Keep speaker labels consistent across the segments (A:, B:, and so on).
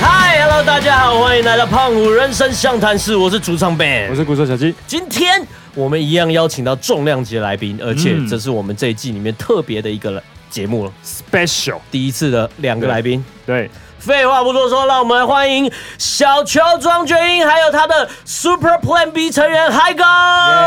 A: Hello，大家好，欢迎来到胖虎人生相谈室，我是主唱 Ben，
B: 我是鼓手小鸡，
A: 今天我们一样邀请到重量级的来宾，而且
B: 嗯
A: 这是我们这一季里面特别的一个节目了，
B: special，
A: 第一次的两个
B: 对
A: 来宾。
B: 对，
A: 废话不多说，让我们来欢迎小球庄觉英，还有他的 Super Plan B 成员海哥。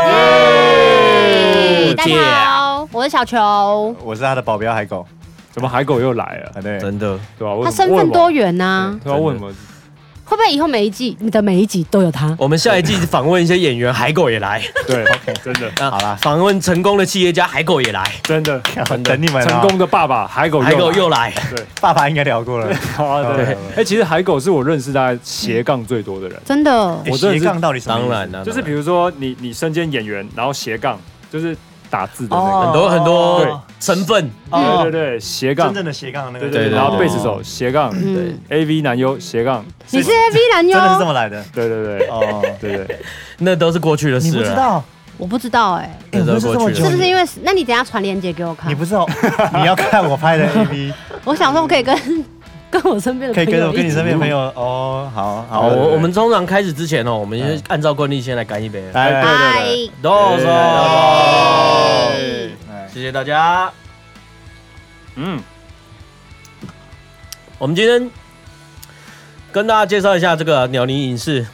C: 嘿大
A: 姐
C: 家好，我是小球，
D: 我是他的保镖海狗
B: 怎么海狗又来
D: 啊，
B: 了？
D: 对，
A: 真的，
B: 对吧？为
C: 他
B: 什
C: 身
B: 么
C: 份多，元呐、
B: 对啊，为什么？
C: 会不会以后每一季你的每一集都有他？
A: 我们下一季访问一些演员，海狗也 来。
B: 对，真的，
A: 啊
D: 好啦
A: 访问成功的企业家，海狗也来，
B: 真的，
D: 我等你们
B: 成
D: 啊。
B: 功的爸爸海狗
A: 海狗
B: 哦来
A: 又来。
D: 爸爸应该聊过了，
B: 好啊，
D: 对
B: 对。哎，其实海狗是我认识大概斜杠最多的人，
C: 真的，
B: 我
D: 我
B: 真的
D: 斜
B: 是
D: 杠到底什么意
A: 当
D: 思？
A: 然了，
B: 就是比如说你你身兼演员，然后斜杠就是打字的
D: 哦
B: 那
A: 很
B: 个，
A: 多很多
B: 对
A: 身份，
D: 哦
B: 对对对，斜杠
D: 真，正的斜杠那
B: 对
D: 个，
B: 对，
A: 对
B: 然后
A: 对
B: 贝斯手斜杠
C: 嗯，
B: ，AV 男优斜杠，
C: 你是 A V 男
D: 真的是这
C: 优？
D: 么来的
B: 对对对
D: 哦。
B: 对对，
A: 那都是过啊去的
D: 你
A: 事
D: 不知
A: 了。
D: 道，
C: 我不知道哎、
A: 那
D: 哎我认
A: 都
D: 识
A: 是
D: 这
A: 过
D: 么
A: 去
D: 久
C: 是
A: 的
C: 不
A: 事。
C: 是因为？那你等一下传链接给我看
D: 你。不知道，你要看我拍的 AV，
C: 我想说，我可以跟 跟我身边的
D: 可以
C: 朋
D: 跟
C: 友
D: 我跟
C: 一
D: 你
C: 起
D: 身边朋友哦，好好，
A: 好，
D: 对对
A: 我
D: 对
A: 我们通常开始之前哦，我们先按照惯例先来干一杯。
D: 来
B: 哎
D: 来来
C: 嗨，
A: 哆嗦哆嗦，
D: 来
A: 谢谢大家。
B: 嗯，
A: 我们今天跟大家介绍一下这个鸟尼影视，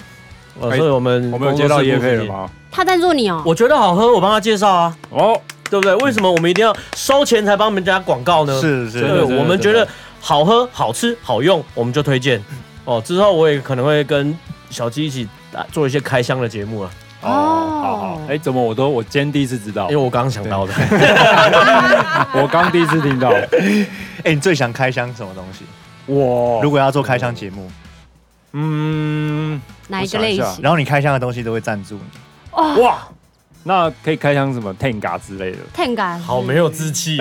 A: 呃，
B: 哎
A: 所以我们
B: 我们有接到叶配了
A: 工作室
B: 吗？
C: 他赞助你哦、
A: 部？我觉得好喝，我帮他介绍啊，
B: 哦，
A: 对不对？为什么我们一定要收钱才帮人家广告呢？
D: 是是，
B: 真
A: 对，
B: 的真
A: 我
B: 的
A: 们觉得好喝、好吃、好用，我们就推荐。哦，之后我也可能会跟小鸡一起啊做一些开箱的节目啊，
B: 哦，好好，哎，怎么我都我今天第一次知道
A: 因为，我刚刚想到的。
B: 我刚第一次听 到，
D: 哎，你最想开箱什么东西？
B: 我
D: 如果要做开箱节目，
B: 嗯，
C: 哪一个类
B: 我想一
C: 型？
D: 然后你开箱的东西都会赞助你，
B: 哇，那可以开箱什么 Tenga 之类的，
C: 探感
A: 好没有志 气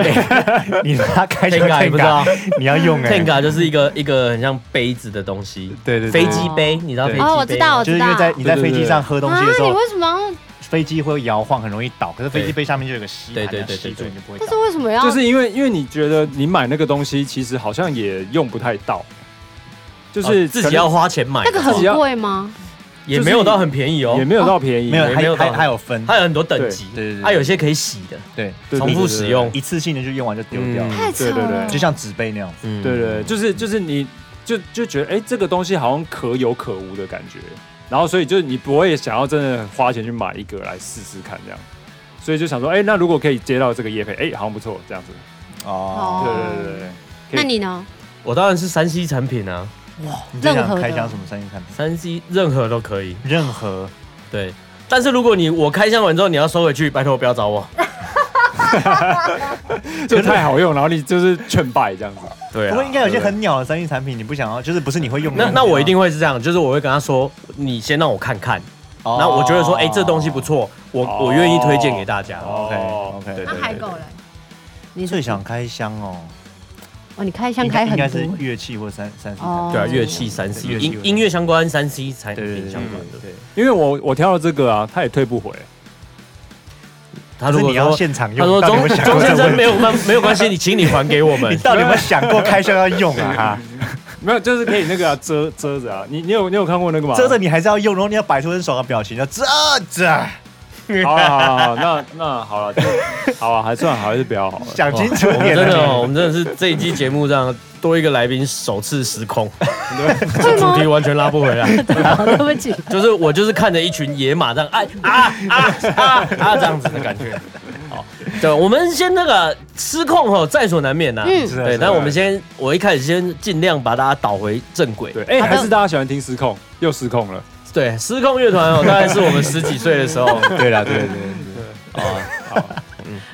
D: 你拿开箱
A: ，Tenga 也不知道
D: 你要用哎，
A: ，Tenga 就是一个一个很像杯子的东西，
D: 对对
A: 飞
D: 对，
A: 机杯，你知道飞
B: 对
A: 机杯吗？
C: 哦我知道
D: 就是因为在你在飞机上喝东
C: 啊
D: 西的时！
C: 你
D: 候，
C: 为什么要？
D: 飞机会摇晃，很容易倒，可是飞机杯上面就有个吸
A: 对
D: 盘，
A: 对
D: 这样
A: 对对
D: 吸住
A: 对
D: 你就不会倒
C: 但是。为什么要？
B: 就是因为因为你觉得你买那个东西，其实好像也用不太到，就是
A: 哦自己要花钱买的，
C: 那个
B: 自
C: 很
B: 己要
C: 贵吗？
A: 也没有到很便宜哦
B: 也，没有到便宜，
D: 没有，
A: 没
D: 还
A: 有
D: 有
A: 到
D: 还还有分，
A: 它有很多等级
D: 对对对，对
A: 它有些可以洗的，
D: 对，
B: 对
A: 重复使用
D: 一次性的就用完就丢掉，
A: 嗯
C: 太扯
B: 对对对
C: 了！
D: 就像纸杯那样。
A: 嗯
B: 对对对，就是就是你就就觉得哎、这个东西好像可有可无的感觉，然后所以就是你不会想要真的花钱去买一个来试试看这样。所以就想说，哎、那如果可以接到这个叶配，哎、好像不错，这样子。对
D: 哦，
B: 对对对，可以
C: 那你呢？
A: 我当然是三 C 产品啊，
D: 你最
C: 任何
D: 想
C: 的
D: 开箱什么三 D 产品？
A: 三 C 任何都可以，
D: 任何
A: 对。但是如果你我开箱完之后你要收回去，拜托不要找我。
B: 这个太好用，然后你就是劝败这样子。
A: 对
D: 不过应该有些很鸟的三 D 产品，你不想要，就是不是你会 用
A: 那
D: 的东西啊。
A: 那我一定会是这样，就是我会跟他说，你先让我看看，
D: 哦，
A: 然后我觉得说，哎，这东西不错，我
B: 哦
A: 我愿意推荐给大家。
B: 哦
D: OK，OK，
B: 对
D: 对
B: 对
C: 那海狗嘞？你
D: 最想开箱哦，
C: 哦，你开箱
D: 应该
C: 开
D: 应
C: 很
D: 该
C: 多
D: 是乐器或三三 C
C: 哦
D: 产
A: 对啊，
D: 品。
A: 乐器三 C
D: 乐器
A: 音音乐相关三 C 产
D: 对对
A: 品
D: 对
A: 相
D: 对
A: 关的。
D: 对，
B: 因为我我挑了这个啊，他也退不回。
A: 他
D: 可
A: 如
D: 是
A: 果
D: 你要
A: 说
D: 现场
A: 他
D: 用，
A: 说
D: 到底
A: 钟
D: 有没有想
A: 钟
D: 过这
A: 先
D: 个
A: 生
D: 问
A: 没
D: 题
A: 有关没有关系，你请你还给我们
D: 你。到底有没有想过开箱要用啊？哈。
B: 没有，就是可以那个、啊、遮遮着啊。你你有你有看过那个吗？
D: 遮着你还是要用，然后你要摆出很爽的表情，要遮着，
B: 好啊了好了好了，那那好了，就 好啊，还算好还是比较好了。
D: 想清楚
A: 我
D: 一
A: 们
D: 点
A: 真的哦，我
D: 啊。
A: 们真的是这一期节目这样多一个来宾首次失控，
C: 会
A: 主题
C: 吗？
A: 完全拉不回来。
C: 好对不起，
A: 就是我就是看着一群野马这样，哎啊啊啊啊这样子的感觉。好，对，我们先那个失控哦，在所难免呐、
C: 嗯
D: 是啊
A: 对，
D: 是啊
A: 但我们先，我一开始先尽量把大家导回正轨。
B: 对，哎、还是大家喜欢听失控，又失控了。
A: 对，失控乐团哦，大概是我们十几岁的时 候，
D: 对了，对对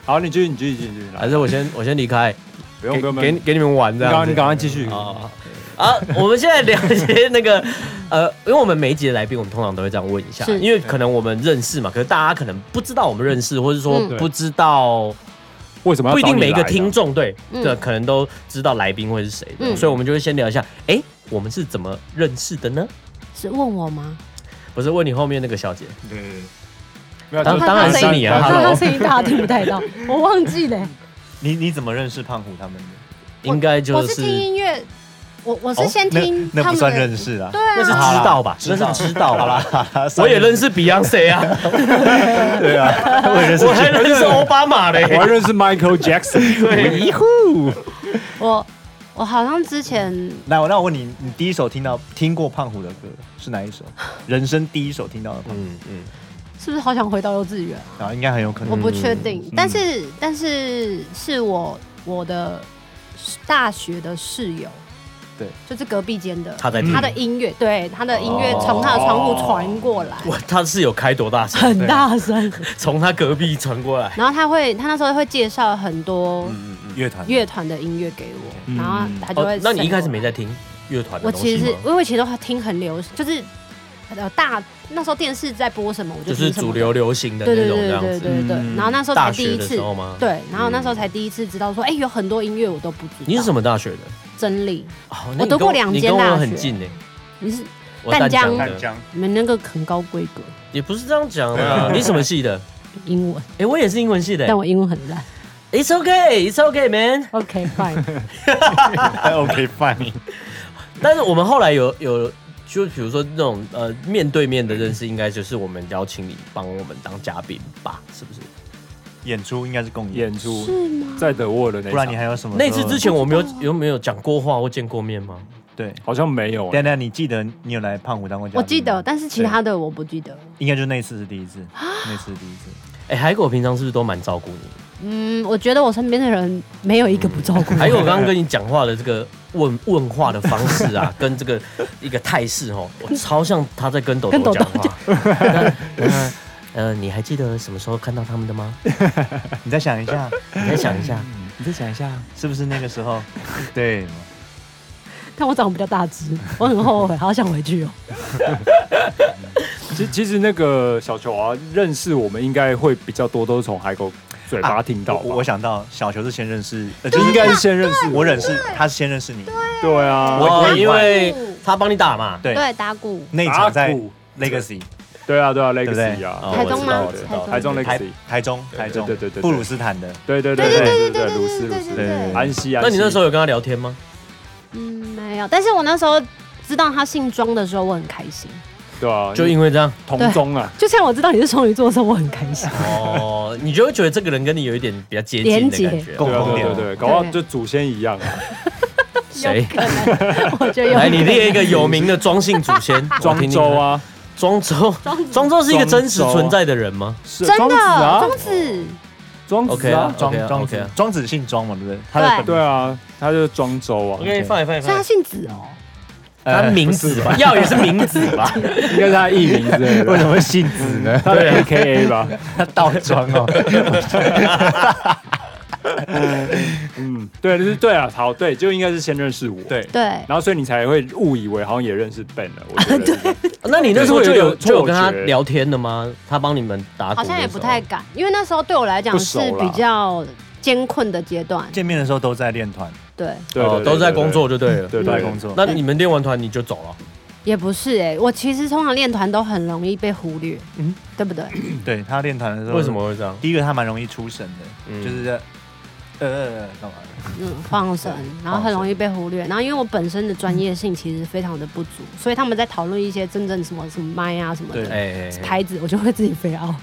B: 好，你继续，你继续，你继续，
A: 还
B: 来，
A: 是我先我先离开，
B: 不用
A: 给
B: 不用，不
A: 给
B: 用
A: 你
B: 你
A: 给你们玩这
B: 赶
A: 样
B: 快
A: 子
B: 你。赶快继续。
A: 啊啊！我们现在聊一些那个呃，因为我们每一集的来宾，我们通常都会这样问一下，
C: 是
A: 因为可能我们认识嘛，可是大家可能不知道我们认识，或者说
C: 嗯
A: 不知道
B: 为什么要
A: 不一定
B: 找你
A: 每一个
B: 来啊
A: 听
B: 呢？
A: 众对
C: 嗯
A: 这可能都知道来宾会是谁的，
C: 嗯
A: 所以我们就会先聊一下，哎，我们是怎么认识的呢？
C: 是问我吗？
A: 不是问你后面那个小姐，
D: 对，
B: 没有
A: 当当然是你啊
C: 他
A: Hello
C: 他声音大家听不太到，我忘记了。
D: 你你怎么认识胖虎他们的？
A: 应该就
C: 我是听
A: 是
C: 音乐，我我是先
D: 哦那
C: 听
D: 那
C: 他
D: 不
C: 们
D: 算
C: 的
D: 认，识啊。
C: 对
A: 那是
C: 啊，
A: 知道吧？那是知道 吧？ 我也认识 Beyonce 啊，
D: 对啊，我也认 识
A: 我还认识奥巴马嘞。
B: 我还认识 Michael Jackson，
A: 对
D: 一户。
C: 我我好像之前
D: 那我那我问你，你第一首听到听过胖虎的歌是哪一首？人生第一首听到的胖虎，
A: 嗯嗯，
C: 是不是好想回到幼稚园啊？
D: 然后应该很有可
C: 我
D: 能。
C: 不确定，但是但是是我我的大学的室友，
B: 对，
C: 就是隔壁间的，
A: 他在听
C: 他的音乐，对他的音乐
A: 哦
C: 从他的窗户传过来，
A: 哇，他是有开多大 声，
C: 很大声。
A: 从他隔壁传过来。
C: 然后他会，他那时候会介绍很多
D: 嗯乐团
C: 乐团的音乐给我，
B: 嗯
C: 然后他就
A: 哦
C: 会。，
A: 那你一开始没在？听乐团的
C: 我
A: 东
C: 其
A: 西
C: 实是
A: 吗？
C: 因为其实都听很流行，就是呃大那时候电视在播什么，我就
A: 就
C: 听
A: 是
C: 什么
A: 主流流行的
C: 对
A: 那
C: 对
A: 种这
C: 对
A: 样
C: 对
A: 子。
C: 对对
B: 嗯，
C: 然后那时候
A: 大
C: 才第
A: 学
C: 一
A: 的
C: 次
A: 时，候吗？嗯
C: 对，然后那时候才第一次知道说，哎、有很多音乐我都不知道。
A: 你是什么大学的？
C: 真理？
A: 哦那
C: 我
A: 你跟
C: 读过两
A: 你
C: 间
A: 跟我
C: 大
A: 很
C: 学
A: 近呢。
C: 你是
A: 我
C: 淡江
A: 的
D: 淡江
C: 你们那个很高规格，
A: 也不是这样讲啊。 你什么系 的？
C: 英文，
A: 哎，我也是英文系的欸
C: 但。我英文很烂。
A: It's okay, It's okay, man。
C: OK fine，
D: ，OK fine。
A: 但是我们后来有有，就比如说那种呃面对面的认识，应该就是我们邀请你帮我们当嘉宾吧，是不是？
C: 嗯
D: 演出应该是共演，
B: 演出
C: 是吗？
B: 在德沃的那一场，
D: 不然你还有什么时
A: 那
D: 候？
A: 次之前我们
C: 嗯
A: 有有没有讲过话或见过面吗？
D: 对，
B: 好像没有欸，
D: 等等，你记得你有来胖虎当过嘉宾
C: 我
D: 吗？
C: 记得，啊但是其他的我不记得。
D: 应该就是那一次是第一次，那次是第一次。
A: 哎、海狗平常是不是都蛮照顾你？
C: 嗯，我觉得我身边的人没有一个不照 顾我。
A: 海狗刚刚跟你讲话的这个问问话的方式啊， 跟这个一个态势哦，我超像他在跟抖
C: 跟
A: 抖
C: 抖
A: 讲
C: 抖
A: 话。 呃呃，你还记得什么时候看到他们的吗？
D: 你再想一下，
A: 你再想一下，
B: 你再想一下，
D: 是不是那个时候？对，
C: 但我长得比较大只，我很后悔，好想回去哦。
B: 其其实那个小球啊，认识我们应该会比较多，都是从海狗嘴巴
D: 啊
B: 听到吧、
D: 我我想到小球是先认识，呃
B: 就
D: 就是
B: 应该是先认识
D: 我认识，他是先认识你。
B: 对啊，
D: 我
A: 哦，
D: 我
A: 因为他帮你打嘛。
D: 对，
C: 对，打鼓，
D: 那一
B: 打
D: 场在
B: 鼓
D: Legacy
B: 对啊对啊
D: 不对
B: ，Legacy 啊，
A: 哦
C: 台中吗
A: 我知道我知道
C: 台中
B: 台中
D: 台
B: Legacy，
D: 台中台中
B: 对对对对对
D: 布鲁斯坦的，
B: 对对对
C: 对
B: 对对，
C: 对对对
B: 鲁斯
C: 对对
B: 鲁斯，
C: 对对
B: 安息安息。
A: 那你那时候有跟他聊天吗？
C: 嗯，没有。但是我那时候知道他姓庄的时候，我很开心。
B: 对啊，
A: 就
B: 就
A: 因为这样
B: 同宗啊，
C: 就像我知道你是双鱼座的时候，我很开心。
A: 哦，你就会觉得这个人跟你有一点比较接近
C: 连
A: 的
C: 结
A: 感觉。
D: 共
B: 对啊
D: 同
B: 对对
D: 点啊
B: 对，搞不好就祖先一样啊，
A: 谁？
C: 我觉得有
A: 来，你列一个有名的庄姓祖先，我
B: 庄
A: 听听
B: 周
A: 看。
B: 啊，
A: 庄 周，庄周是一个真实存在的人吗？
B: 是
C: 真的
B: 庄子啊，
C: 庄子，
B: 庄子
A: OK
B: 啊
A: 啊，
D: 庄
A: OK 啊
D: 庄
A: OK
D: 子
A: 啊
D: 庄子姓庄嘛，对不对？他的本名
B: 对啊，他就是庄周啊
A: 我， 给你放一放一
C: 所以他
A: 放，
C: 姓子哦。
A: 他名字吧，要也是名字吧。
B: 应该是他艺名之类
D: 为
B: 的，
D: 什么会姓子呢？
B: 他的 AKA 吧，
D: 他倒装哦，
B: 嗯，对，就是对啊，好，对，就应该是先认识我，
D: 对
C: 对，
B: 然后所以你才会误以为好像也认识 Ben 了，我觉得啊对
A: 啊那你那时候就有
B: 对
A: 就有跟他
B: 错觉
A: 聊天的吗？他帮你们打鼓
C: 好
A: 的时候，
C: 像也不太敢，因为那时候对我来讲
B: 不
C: 是
B: 熟啦
C: 比较艰困的阶段。
D: 见面的时候都在练团，
C: 对，
B: 对
A: 哦
B: 对
A: 都在工作，就对了。
B: 对对
D: 都在
B: 对
D: 工作。
A: 那你们练完团你就走了？
C: 也不是哎、我其实通常练团都很容易被忽略，
D: 嗯
C: 嗯，对不对？
D: 对他练团的时候，
A: 为什？么会这样？
D: 第一个他蛮容易出神
A: 嗯
D: 的，就是在呃呃干嘛？
C: 嗯，放生，然后很容易被忽略。然后因为我本身的专业性其实非常的不足，所以他们在讨论一些真正什么什么麦啊什么
D: 对
C: 的
A: 哎，
C: 拍子，我就会自己飞奥，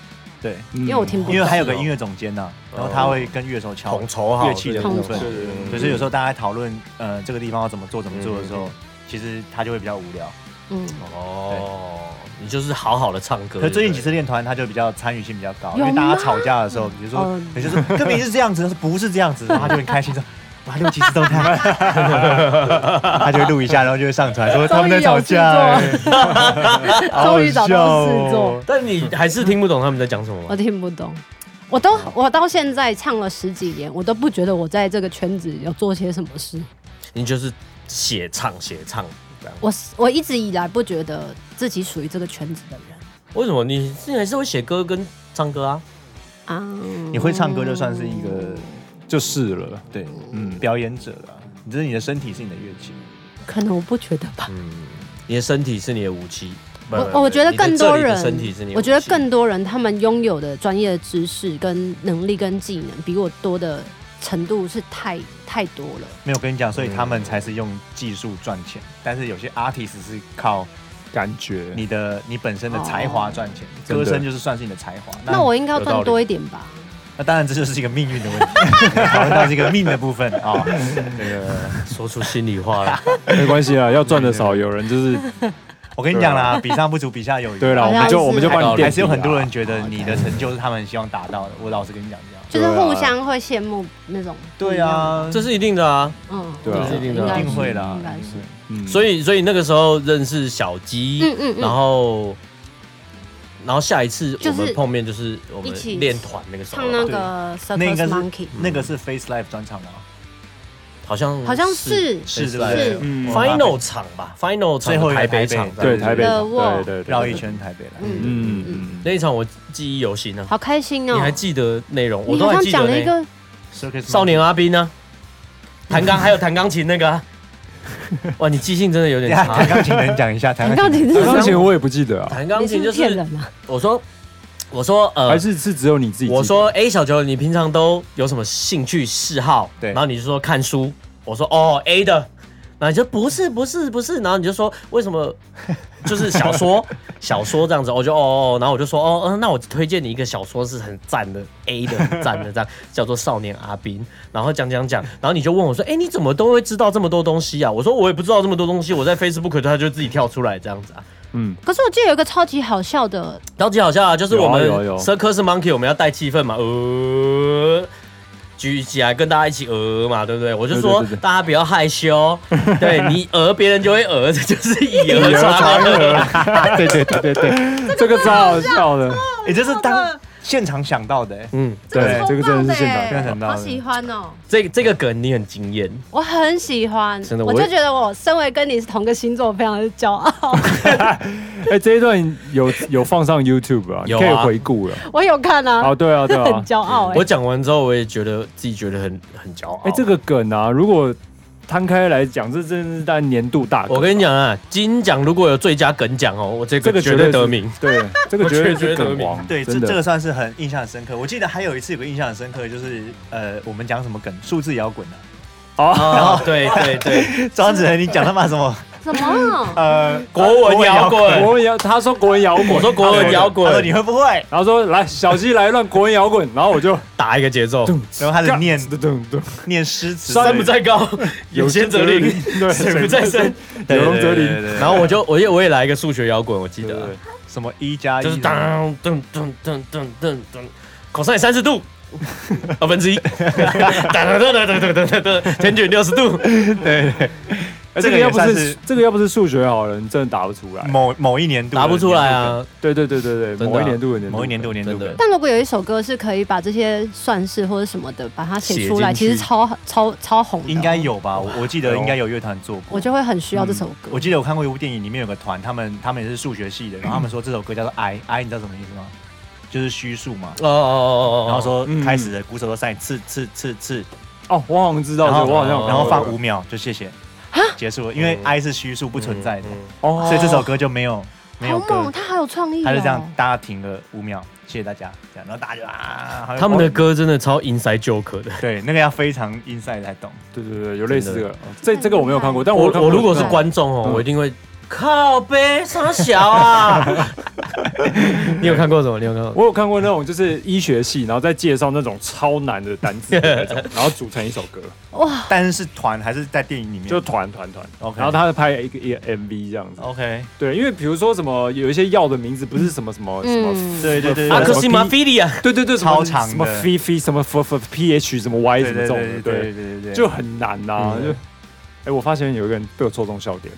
D: 对，
B: 因
C: 因为我听不懂。
D: 因为还有个音乐总监呐，然后他会跟乐手敲
A: 统筹好
D: 乐器的部
C: 统
D: 分
C: 筹，
D: 可是有时
A: 嗯
D: 候大家在讨论呃这个地方要怎么做怎么做的时候，其实他就会比较无聊。
C: 嗯，
A: 哦，你就是好好的唱歌。
D: 可是最近
A: 对
D: 几
A: 不
D: 次练团，他就比较参与性比较高，因
C: 有
D: 为
C: 吗
D: 大家吵架的时候，比如说
C: 哦，
D: 也就是根本是这样子，不是这样子，然后他就很开心说。哇，六七次 都看，他就会录一下，然后就会上传说他们在吵架、欸，
C: 终于找到事
D: 好好笑
C: 做
D: 哦，
A: 对，但你 还是听不懂他们在讲什么
C: 我
A: 吗？
C: 听不懂。我都我到现在唱了十几年，我都不觉得我在这个圈子有做些什么事。
A: 你就是写唱写唱这样。
C: 我我一直以来不觉得自己属于这个圈子的人
A: 为什么你你还是会写歌跟唱歌啊？
C: 啊。
D: 你会唱歌就算是一
A: 嗯
D: 个
B: 就是了，
D: 对，嗯，表演者了。你这是你的身体是你的乐器，
C: 嗯可能我不觉得吧。
A: 你的身体是你的武器。不不
C: 我
A: 不
C: 我觉得
A: 你的
C: 更多
A: 这里的
C: 人
A: 身体是你的武器，
C: 我觉得更多人他们拥有的专业知识、跟能力、跟技能，比我多的程度是太太多了。
D: 没有跟你讲，所以
A: 嗯
D: 他们才是用技术赚钱，但是有些 artist 是靠
B: 感觉
D: 你的你本身的才华赚钱，
B: 真的
D: 歌声就是算是你的才华。
C: 哦那我应该要
B: 有道
C: 赚
B: 理
C: 多一点吧？
D: 那当然这就是一个命运的 问题，讨论到这个命的部分啊。 这个
A: 说出心里话了，
B: 没关系啦，啊要赚的少，有人就是
D: 我跟你讲啦，比上不足，比下有余。
B: 啊对啦，
C: 好
B: 我嗯
C: 像
B: 们就是我们就帮你垫
D: 还
B: 底啊啦
D: 还是有很多人觉得你的成就是他们希望达到的。我老实跟你讲这样。
C: 就是
B: 对啊
C: 互相会羡慕那种。
D: 对，啊，
A: 这是一定的啊。
C: 嗯，
B: 对啊
A: 这是一定的
C: 应
A: 啊
C: 该
D: 一
C: 是
D: 定会啦
C: 应该是。
B: 嗯
A: 所以，所以那个时候认识小鸡，
C: 嗯嗯嗯
A: 然后，然后下一次我
C: 就是
A: 们碰面就是我们
C: 一起
A: 练团那个时候
C: 唱
A: 吧，
C: 那个 c i r c
D: 那应
C: u
D: 该
C: s
D: 是
C: Monkey，
D: 那个是 Face Life 专场吗？啊
A: 好像
C: 好像是
D: 是对不
C: 是
D: 对
B: 嗯
A: final 场吧，final 场
D: 最后一个
A: 台北
D: 台北
A: 场，
B: 对台北，
C: The Wall
B: 对对对，
D: 绕一圈台北来。
C: 嗯
B: 嗯，
C: 嗯嗯，
B: 嗯
A: 那一场我记忆犹新啊，
C: 好开心哦！
A: 你还记得内容？我
C: 你
A: 都
C: 好
A: 还
C: 像
A: 记得
C: 讲了一
A: 呢。
C: 个
D: Circus
A: 少 年阿斌呢，弹钢还有弹钢琴那个啊，哇，你记性真的有点
D: 等一下弹
A: 差。
D: 钢琴能讲一下 弹
C: 弹
D: 钢
C: 钢
D: 琴。
C: 琴是
B: 嗯
C: 什
B: 钢
C: 么？
B: 琴我也不记得啊，
A: 弹钢琴就
C: 你是不骗
A: 是
C: 人啊吗？
A: 我说，我说呃
B: 还，是是只有你自己记得？
A: 我说，哎、小九，你平常都有什么兴趣嗜好？
D: 对
A: 然后你就说看书，我说哦 A 的，然后你就不是不是不是，然后你就说为什么？就是小说，小说这样子，我就哦哦，哦然后我就说哦，嗯、那我推荐你一个小说是很赞的 A 的，很赞的这样，叫做《少年阿宾》，然后讲讲讲，然后你就问我说，哎、你怎么都会知道这么多东西啊？我说我也不知道这么多东西，我在 Facebook 它就自己跳出来这样子啊。
B: 嗯，
C: 可是我记得有一个超级好笑的，
A: 超级好笑啊！就是我们
B: 有啊有啊有
A: Circus Monkey，我们要带气氛嘛，呃，举起来跟大家一起呃嘛，对不对？我就说
B: 对对对对
A: 大家不要害 羞，对你呃别人就会呃，这就是以讹传讹。
B: 对对对对对， 这个超好笑的，
D: 哎，这是当现场想到的。哎
A: 嗯，
B: 对，这个真的是现
C: 耶
B: 场
D: 真
B: 想
D: 的很
B: 到
C: 欸好
B: 的，
C: 喜欢哦，
A: 这这个梗你很惊艳，
C: 我很喜欢，
A: 真的
C: 我
A: 我也
C: 就觉得我身为跟你是同个星座，我非常的骄傲。
B: 哎，这一段有有放上 YouTube 啊，你
A: 有啊
B: 可以回顾了。
C: 我有看啊，
B: 哦，对啊，对
C: 很
B: 啊，
C: 骄傲哎
A: 我。讲完之后我也觉得自己觉得很很骄傲。
B: 哎，这个梗啊，如果摊开来讲，这真是大概年度大梗。
A: 我跟你讲啊，金奖如果有最佳梗奖哦，我这
B: 这
A: 个
B: 个
A: 绝对
B: 是
A: 得名。，
B: 对，这个
A: 我
B: 绝对
A: 绝
B: 是
A: 对得
B: 梗
A: 名
B: 王，
D: 对，这
B: 真的
D: 这个算是很印象很深刻。我记得还有一次有个印象很深刻，就是呃，我们讲什么梗，数字摇滚啊。
B: 啊，
A: 哦，对对 对，
D: 庄子恒，你讲他妈 什么？
C: 什 么？
D: 呃，
A: 国文摇滚，
B: 国文摇，他说国文摇滚，
A: 我说国文摇
D: 他哦说你
A: 滚，
D: 会不会？
B: 然后说来小鸡来一段国文摇滚，然后我就
A: 打一个节奏，
D: 然后开始念
B: 噔噔噔，
D: 念诗词，
A: 山不在高，有仙则灵，
B: 对，
A: 水不在深。
D: 对
B: 有
D: 对
B: 容则
D: 对对
B: 灵，
D: 对对
A: 然后我就我也我也来一个数学摇滚，我记
B: 对
A: 得啊
B: 对
D: 什么一加一
A: 就是当噔噔噔噔噔噔，cos 三十度，二分之一，噔噔噔噔噔噔噔，前卷六十度，
B: 哎
D: 这
B: 这
D: 个
B: 个
D: 也
B: 要不
D: 算
B: 是
D: 是
B: 这个要不是数学好了，你真的答不出来。
D: 某某一年度的
A: 答不出来啊！
B: 对对对对对，
A: 真的啊
B: 某一年度的年
D: 年度梗，
B: 度，
D: 某一年度的年度
A: 真
D: 梗
A: 的。
C: 但如果有一首歌是可以把这些算式或者什么的，把它写出来，
A: 写进去
C: 其实超超超红的，
D: 应该。有吧？我我记得应该有乐团做过。
C: 我就会很需要这首歌
D: 我。记得我看过一部电影，里面有个团，他们他们也是数学系的，然后他们说这首歌叫做 I I，你知道什么意思吗？就是虚数嘛。
A: 哦哦哦哦，
D: 然后说
B: 嗯
D: 开始的鼓手都上刺刺刺刺，
B: 哦，我好像知道
D: 然
B: 这个，哦
D: 后
B: 我好像
D: 然后放五秒就谢谢，结束了，因为
A: 嗯
D: I 是虚数不存在的，
B: 哦，
D: 所以这首歌就没有没有
C: 好
D: 歌
C: 猛，，他好有创意哦！
D: 他就这样大家停了五秒，谢谢大家，这样然后大家就啊，哦
A: 他们的歌真的超 inside joke 的。
D: 对那个要非常 inside 才懂。
B: 对对对，有类似这个，这这个我没有看过，但
A: 我
B: 我看过
A: 我如果是
B: 那种
A: 观众哦，我一定会靠背啥小啊！你有看过什么？你有看过？
B: 我有看过那种就是医学系，然后再介绍那种超难的单词的 那种，然后组成一首歌，
C: 哇，
D: 但是是团还是在电影里面？
B: 就团团团，
D: OK 哦
B: 然后他拍一个一个 MV 这样子。
D: OK，
B: 对，因为比如说什么有一些药的名字不是什么什么什么
C: 嗯，
D: 对对对
A: 阿克
D: 对
A: 西马菲利亚，
B: 对对对，什么
D: 超长的
B: 什么 phi phi 什么 f f p h 什么 y 什
D: 对
B: 么这
D: 对
B: 种
D: 对
B: 的，
D: 对
B: 对，
D: 对对，
B: 就很难呐。
A: 嗯
B: 就哎，我发现有一个人被我戳中笑点，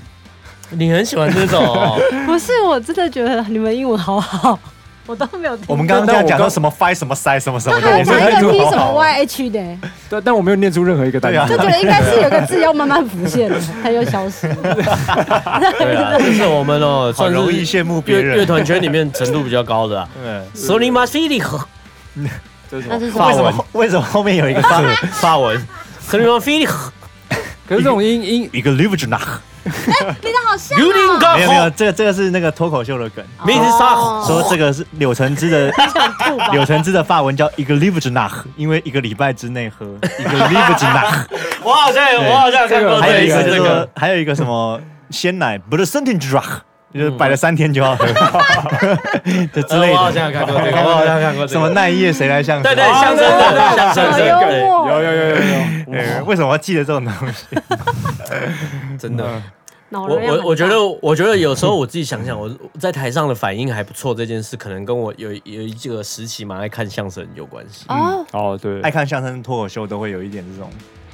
A: 你很喜欢这种哦？
C: 不是，我真的觉得你们英文好好，我都没有听过。
D: 我们刚刚这样讲到什么 five 什么 side 什么什么
C: 他
D: 的，
C: 还
D: 我
C: 讲
D: 们
C: 一个 P
D: 好
C: 什么
D: 好
C: YH 的，
B: 但但我没有念出任何一个单
D: 对啊
B: 词
C: 就。觉得应该是有个字要慢慢浮现了，它又消失了。
A: 对啊，就是我们哦，
D: 好
A: 算
D: 容易
A: 是
D: 羡慕别
A: 乐乐
D: 人。
A: 团圈里面程度比较高的啊。
D: 嗯，
A: 索尼马菲利和
B: 这是什
C: 那
B: 么
C: 是什
A: 法文
D: 为什
C: 么？
D: 么为什么后面有一个
A: 法文，索尼马菲利和
B: 可是这种音音
D: 一个 l i v e n a
C: 你的好像
A: 刘林
C: 哦，
A: 高
D: 没有没有，这个这个是那个脱口秀的梗，
A: 没有杀
C: 哦
D: 说这个是柳橙汁的
C: 吐吧
D: 柳橙汁的发文叫一个 l i v e t n a 因为一个礼拜之内喝一个 l i v e t n a
A: 我好像有
D: 对
A: 我好像有看过
D: 还有
A: 这
D: 一个
A: 个
D: 叫
A: 这个
D: 做，还有一个什么鲜奶 b l u s e n t i n d r a 就是摆了三天就要喝，这之类
A: 呃我好
D: 的。
A: 像有看过这个，我好像有看过这
D: 什
A: 个
D: 么耐夜谁来相
A: 对
D: 声？
A: 对
B: 哦
A: 象征
B: 对
A: 的
B: 对
A: 象征
C: 好
A: 的，
C: 幽
A: 对
C: 默
B: 有有有有
D: 呃
B: 有，
D: 为什么要记得这种东西？
A: 真的。
C: 脑
A: 我
C: 容量很
A: 我我觉
C: 大
A: 得，我觉得有时候我自己想想，我在台上的反应还不错，这件事可能跟我有有一个时期蛮爱看相声有关系。
C: 哦，
B: 哦对
D: 爱，看相声、脱口秀都会有一点这种，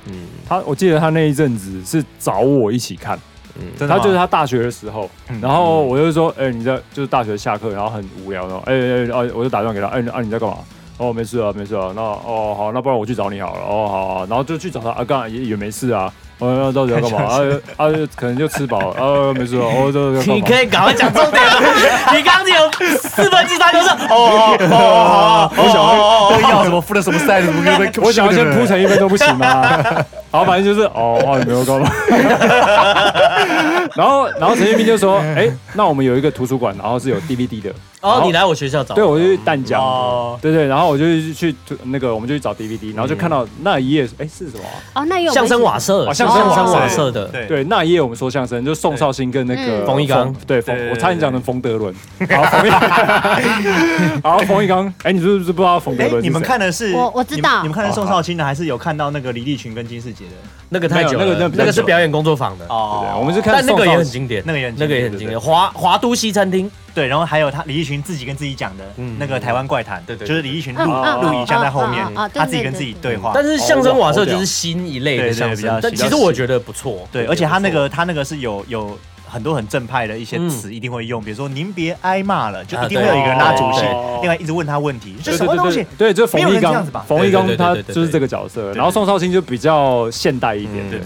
A: 嗯，
B: 他我记得他那一阵子是找我一起看，
D: 真的
B: 他
D: 吗
B: 就是他大学的时候
D: 嗯，
B: 然后我就说，哎、你在就是大学下课，然后很无聊，然后哎哎哎，我就打电话给他，哎、啊你在干嘛？哦，没事啊，没事啊，那哦好，那不然我去找你好了，哦好啊、然后就去找他，啊干也也没事啊，哦那到底要干嘛？啊啊可能就吃饱了，啊没事啊，哦这这
A: 你
B: 干嘛？
A: 可以赶快讲重点了。 你刚刚有四分之三都是哦哦哦哦哦，
D: 我想要都要什么付了什么赛，怎么会
B: 我想要先铺成一分钟不行吗？ 然后反正就是哦，哦，你没有干嘛。 然后，然后陈建斌就说：“哎、那我们有一个图书馆，然后是有 DVD 的。然
A: 哦，
B: 后
A: 你来我学校找，
B: 对，我就去淡江。
D: 哦
B: 对对，然后我就去去那个，我们就去找 DVD，然后就看到那一页，哎、是什么啊、
C: 哦，那也有
A: 相声瓦
C: 瓦
A: 舍，
B: 哦相
A: 声
B: 声
C: 瓦舍
A: 瓦舍的，
D: 对
B: 对，那一页我们说相声，就宋少卿跟那个
C: 嗯
A: 冯一刚，
B: 对冯
D: 对对，对
B: 我差点讲成冯德伦。 好，冯一，好，冯一刚，哎、你是不是不知道冯德
D: 哎
B: 伦，是谁？
D: 你们看的是
C: 我我知道
D: 你们你们看的是宋少卿的，还是有看到那个李立群跟金世杰的？
A: 那个太久了，
B: 没有那个那个比较
A: 那个是
B: 久
A: 表演工作坊的，
B: 对，
D: 哦
B: 对我们是看
A: 但那
B: 宋
A: 个
B: 少
A: 也很
B: 卿
A: 经典，
D: 那个也很经典
A: 那个也很
D: 对对
A: 经典，华华都西餐厅，
D: 对，然后还有他李立群自己跟自己讲的
A: 嗯
D: 那个台湾怪谈，
A: 对对对
D: 就是李立群录
C: 嗯嗯
D: 录影像在后面
C: 嗯嗯嗯嗯，对
D: 他自己跟自己对话。
A: 但是相声瓦舍就是
B: 哦
A: 新一类的相
D: 对对
A: 声
D: 对，
A: 但
D: 比
A: 其
D: 较
A: 实我觉得不错。
D: 对，而且他那个他那个是有有很多很正派的一些词一定会用，比如说“您别挨骂了”，就一定会有一个人拉主
A: 啊
D: 席
A: 对
B: 哦，
D: 另外一直问他问题，这
B: 对
D: 什
B: 对
D: 么
B: 对
D: 东西
B: 对？对，就是
D: 没有
B: 冯
D: 人
B: 一
D: 这样
B: 刚
D: 子吧，
B: 冯一刚
A: 对对对
B: 他
A: 对对对
B: 就是这个角色，
D: 对
B: 然后宋少卿就比较现代一点，
A: 嗯
B: 对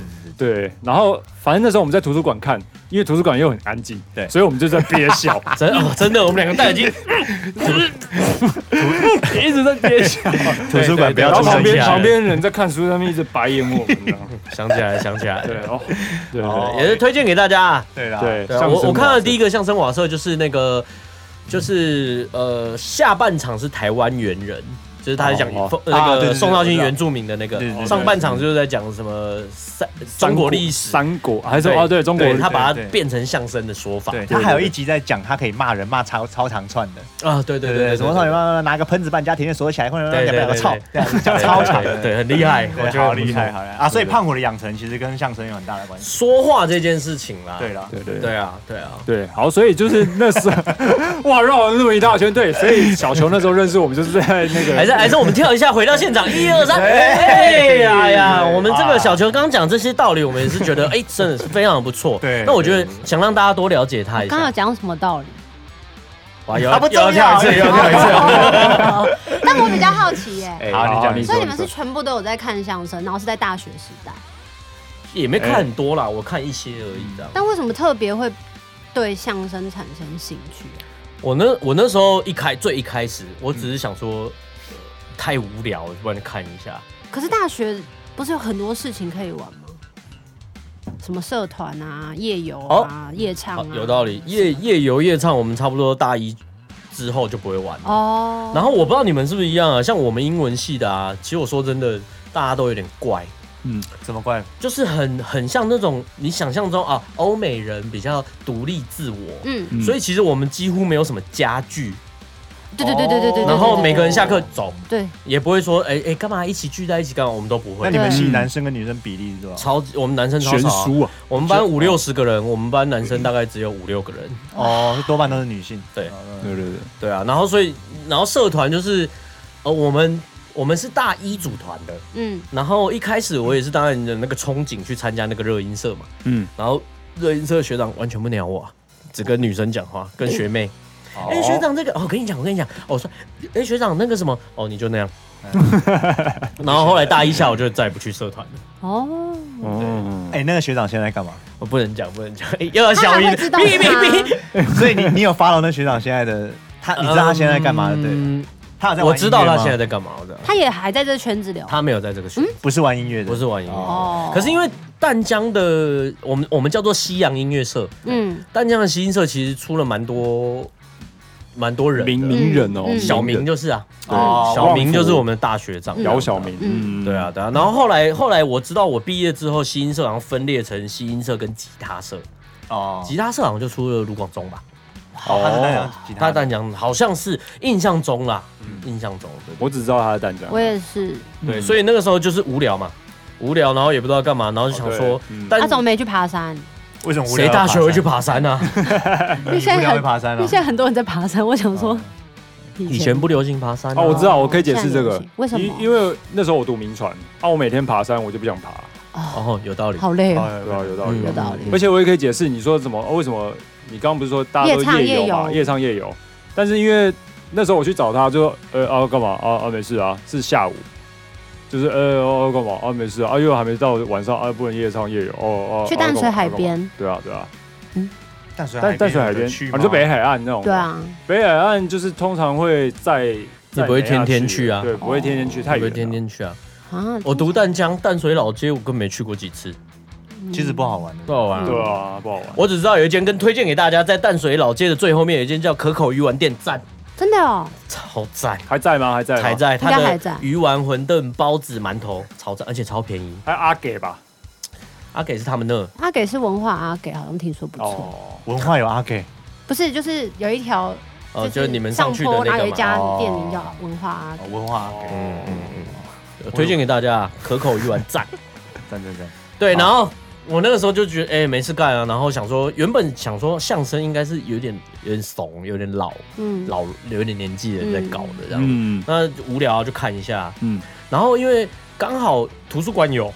D: 对
B: 对。然后反正那时候我们在图书馆看，因为图书馆又很安静，
D: 对
B: 所以我们就在憋笑，
A: 真哦真的，我们两个戴耳机，
B: 一直在憋笑。
D: 图书馆不
A: 对
D: 要
B: 然
A: 对
B: 后
A: 对
B: 旁
D: 出声
A: 对
B: 边
A: 对
D: 音啊
B: 旁边人在看书，他们一直白眼我们，这样
A: 想起来，想起来，
B: 对
A: 对
B: 哦，对
D: 哦
A: 也是推荐给大家啊。
D: 对啦，
B: 对
A: 对啊，
B: 相
A: 我
B: 声
A: 我看
B: 瓦
A: 了
B: 舍
A: 第一个相声瓦舍就是那个，就是呃下半场是台湾猿人，就是他在讲
B: 哦
A: 风
D: 哦
A: 那
D: 啊对对
A: 个
D: 对
A: 宋少卿
D: 我知道
A: 原住民的那个哦
D: 对对对，对
A: 上半场就是在讲什么三
B: 三
A: 中国历史，
B: 三国还是
A: 对
B: 哦对中国
A: 对他把
D: 对
A: 它
D: 对
A: 变成相声的说法
D: 对
B: 对
D: 他
B: 对
D: 还有一集在讲他可以骂人骂超超长串的，
A: 啊，对对对对，
D: 什么时候你慢慢慢拿个喷子把人家甜甜锁起来，或者
A: 对对对
D: 两个
A: 对
D: 操
A: 对，
D: 这 样
A: 对
D: 讲超长
A: 对
D: 的，
A: 对对，很厉害，我
D: 对，
A: 觉得
D: 好
A: 很不
D: 厉
A: 错
D: 害，。好厉害啊！所以
A: 对对
D: 胖虎的养成其实跟相声有很大的关系。
A: 说话这件事情啦，
D: 对啦，
B: 对对
A: 对啊，对啊，
B: 对，好，所以就是那时候， 哇，绕了那么一大圈，对，所以小球那时候认识我们，就是在那 个
A: 还是还是我们跳一下，回到现场，一二 三，哎呀呀！我们这个小球刚讲这些道理，我们也是觉得，哎，真的是非常不错。
D: 对
A: 那我觉得想让大家多了解他一
C: 刚好
A: 下。
C: 讲什么道理？
A: 哇，有啊
D: 他啊不
A: 有要
D: 重要
A: 跳一次，有 要跳一次。
C: 但我比较好奇耶，
A: 哎
D: 好，你
B: 好
D: 讲
B: 你
D: 你
B: 说
C: 所以你们是全部都有在看相声，然后是在大学时代，
A: 也没看很多
D: 哎
A: 啦，我看一些而已这样。
C: 但为什么特别会对相声产生兴趣啊？
A: 我那我那时候一开最一开始，我只是想说呃太无聊，了，不然看一下。
C: 可是大学不是有很多事情可以玩吗？什么社团啊、夜游啊、夜唱
A: 好
C: 啊，，
A: 哦有道理。夜夜游夜唱，我们差不多大一之后就不会玩了。
C: 哦。
A: 然后我不知道你们是不是一样啊，像我们英文系的啊，其实我说真的，大家都有点怪，
D: 怎么怪？
A: 就是很很像那种你想象中啊，欧美人比较独立自我，
C: 嗯，
B: 嗯
A: 所以其实我们几乎没有什么家具，
C: 对对对对对对对。
A: 然后
C: 对
A: 每个人下课走
C: 对
A: 也不会说哎哎干嘛一起聚在一起干嘛，我们都不
D: 那
A: 会
D: 你。们系
B: 对
D: 男生跟女生比例是多少？
A: 超级我们男生超
B: 悬
A: 少啊、
B: 殊啊，
A: 我们班五六十个人，我们班男生大概只有五六个人，
D: 哦，多半都是女性。
A: 嗯对
D: 哦
B: 对对对，
A: 对啊，然后所以然后社团就是，呃我们我们是大一组团的，
C: 嗯
A: 然后一开始我也是当然的那个憧憬去参加那个热音社嘛，
B: 嗯。
A: 然后热音社的学长完全不鸟我啊、只跟女生讲话，跟学妹。哎、
D: 哦
A: 学长，这个哦，我跟你讲，我跟你讲，哦，我说，哎、学长，那个什么，哦，你就 那样。然后后来大一下我就再也不去社团了，
C: 哦，
B: 哦，
D: 哎，那个学长现在 在干嘛？
A: 我不能讲，不能讲， 哎又要小
C: 他
A: 音
C: 还会知道
A: 哔哔哔。
D: 所以你你有 follow 那学长现在的他？你知道他现在在干嘛的？对，
A: 嗯
D: 他有在玩
A: 我知道
D: 音乐
A: 他
D: 吗
A: 现在在干嘛，我知道。
C: 他也还在这圈子里哦。
A: 他没有在这个学，
D: 不是玩音乐的，
A: 不是玩音乐，
C: 哦
A: 可是因为淡江的我们我们叫做西洋音乐社，
C: 嗯，
A: 淡江的西音社其实出了蛮多蛮多人的，
B: 名名人哦，
C: 嗯
A: 小明
B: 明人
A: 就是啊，
B: 哦
A: 小明
B: 旺福
A: 就是我们的大学长，
B: 姚小明，
C: 嗯
B: 嗯，
A: 对啊，对啊。然后后来后来我知道我毕业之后，西音社好像分裂成西音社跟吉他社，
D: 哦，
A: 吉他社好像就出了卢广仲吧，
D: 他是那
B: 哦
D: 样，吉
A: 他嗯
D: 他的
A: 但讲好像是印象中啦，印象中对
B: 我只知道他的蛋酱，
C: 我也是，
A: 对，所以那个时候就是无聊嘛，无聊，然后也不知道干嘛，然后就想说
B: 哦对嗯，
A: 但
C: 他啊怎么没去爬山？
D: 为什么无聊
A: 谁
D: 要
A: 大学会去
D: 爬
A: 爬山啊呢？
C: 因为
D: 山？
C: 现在
D: 无聊会
C: 很，
D: 爬山
C: 因
D: 啊
C: 为？现在很多人在爬山，我想说
D: 嗯，
A: 以前不流行爬山啊
B: 哦，我知道，我可以解释这
C: 现在流
B: 个
C: 行，为什么
B: 因因为那时候我读民传，啊，我每天爬山，我就不想爬，
C: 哦，
A: 哦，有道理，
C: 好累哦，
D: 哦
B: 对啊，有道理，
C: 有道理
B: 而且我也可以解释，你说怎么、哦、为什么你刚刚不是说大家都
C: 夜唱
B: 夜游嘛，
C: 夜游
B: 夜唱夜游，但是因为那时候我去找他就呃啊干嘛啊啊没事啊，是下午，就是呃哦干嘛啊没事啊，啊因为还没到晚上啊不能夜唱夜游哦哦，
C: 去
B: 啊
C: 淡水
B: 干嘛
C: 海
B: 啊干嘛
C: 边，
B: 对啊对啊，
D: 淡水海
B: 淡
D: 边哦
B: 淡水海
D: 有
B: 边，
D: 去
B: 啊
D: 吗
B: 你说北海岸那种，
C: 对，啊，
B: 北海岸就是通常会在。
A: 你不会天天去啊
B: 对，不会天天去，太
A: 我
B: 远
A: 会
B: 了。
A: 天天去啊。
C: 啊，
A: 我读淡江淡水老街，我根本没去过几次，嗯
D: 其实不好玩的，
A: 不好玩
B: 对
A: 啊。
B: 啊，不好玩。
A: 我只知道有一间跟推荐给大家，在淡水老街的最后面有一间叫可口鱼丸店，赞，
C: 真的哦，
A: 超赞。
B: 还在吗？还
D: 哎
B: 在吗？
A: 还。在，
C: 应
A: 它
C: 该还在
A: 的鱼丸、馄饨、包子、馒头，超赞，而且超便宜。
B: 还有阿给吧？
A: 阿给是他们那，
C: 阿给是文化阿给，好像听说不错，
B: 哦，
D: 文化有阿给
C: 不是就是有一条
A: 哦，就是
C: 是
A: 你们上
C: 上
A: 去的
C: 坡，然
A: 那
C: 后有
A: 个
C: 一
A: 嘛，
C: 家
D: 哦
C: 店名叫文化阿给
D: 哦，文化阿给，
A: 嗯嗯嗯
D: 我
A: 推荐给大家可口鱼丸，赞。
D: 赞赞赞，
A: 对，
D: 好
A: 然后我那个时候就觉得，哎、没事干啊，然后想说，原本想说相声应该是有点有点怂，有点老
C: 嗯，
A: 老有点年纪的人在搞的这样子，
B: 嗯
A: 那就无聊、就看一下，
B: 嗯，
A: 然后因为刚好图书馆有，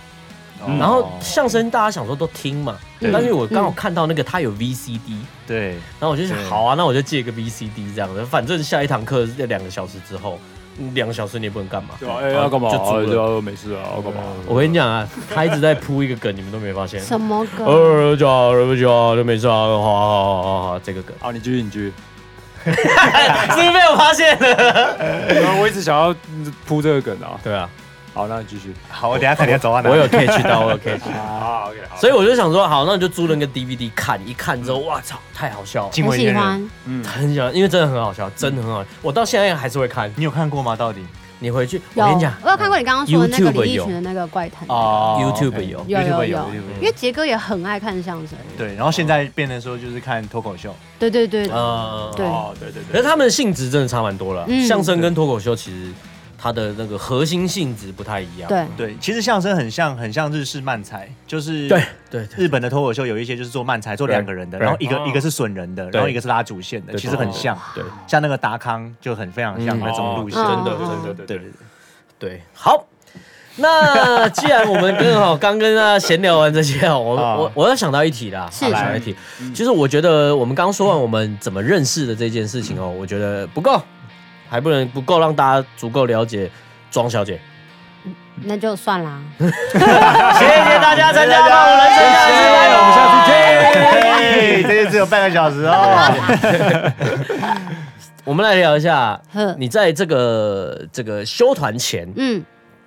B: 嗯
A: 然后
D: 哦
A: 相声大家想说都听嘛，
B: 对
A: 但是我刚好
C: 嗯
A: 看到那个他有 VCD，、
D: 对，
A: 然后我就想，
D: 对
A: 好啊，那我就借个 VCD 这样子，反正下一堂课要两个小时之后，嗯两个小时你也不能干嘛。
B: 对啊，哎，要干嘛？
A: 就租
B: 啊
A: 了
B: 就没事啊，要干嘛？
A: 我跟你讲啊，他一直在铺一个梗，你们都没发现。
C: 什么歌？
A: 呃，就好，对不起啊，就没事啊，好好好好好，这个梗
B: 啊，你继续，你继 续。
A: 是不是被我发 现了？
B: 然啊后我一直想要铺这个梗啊。
A: 对啊，
B: 好，那你继续。
D: 好，我等一下看你要走到哪里，
A: 我有 catch 到，我有 catch 到。
B: 啊，OK，好。
A: 所
B: 以，
A: 以我就想说，好，那你就租了个 DVD 看，一看之后，哇操，太好笑了，
D: 敬
C: 很
D: 畏
C: 喜
D: 天人，
C: 欢，
B: 嗯，
A: 很喜欢，因为真的很好笑，真的很好笑，我到现在还是会看。
D: 你有看过吗？到底
A: 你回去，我
C: 有
A: 跟你讲，
C: 我有看过你刚刚说的那个
A: YouTube
C: 李易
A: 有
C: 群的那个怪谈，
B: 啊
D: 哦
A: YouTube
D: OK
A: 有
C: 有
D: YouTube
C: 有
D: 有
C: 有
D: YouTube 有，
C: 因为杰哥也很爱看相声，
D: 对，然后现在变成说就是看脱口秀，
C: 对对对对
A: 呃，
C: 对
B: 哦，对对
A: 可是
B: 对。
A: 他们的性质真的差蛮多了，
C: 嗯
A: 相声跟脱口秀其实它的那个核心性质不太一样。
C: 对，
D: 对，其实相声很像很像日式慢才，就是
A: 对对对，
D: 日本的脱口秀有一些就是做慢才，做两个人的，
A: 对
D: 然后一个
B: 哦
D: 一个是损人的，
A: 对
D: 然后一个是拉主线的，
A: 对
D: 其实很像，
A: 对
D: 像那个达康就很非常像
A: 嗯
D: 那种路线
C: 哦，
A: 真的
C: 嗯
A: 真的
D: 对对
A: 对
D: 对，
A: 对，好。那既然我们跟好刚跟大家闲聊完这些哦，我
D: 啊
A: 我我要想到一题啦，
C: 是
A: 好来
C: 是
A: 想到一题，就是我觉得我们刚说完我们怎么认识的这件事情哦，我觉得不够，还不能不够让大家足够了解庄小姐。
C: 那就算啦。
A: 谢谢大家参加《漫舞人生》，
D: 谢谢
A: 拜拜我们下次见。
D: 嘿这就只有半个小时哦，
A: 我们来聊一下
C: 呵，
A: 你在这个这个修团前，
C: 嗯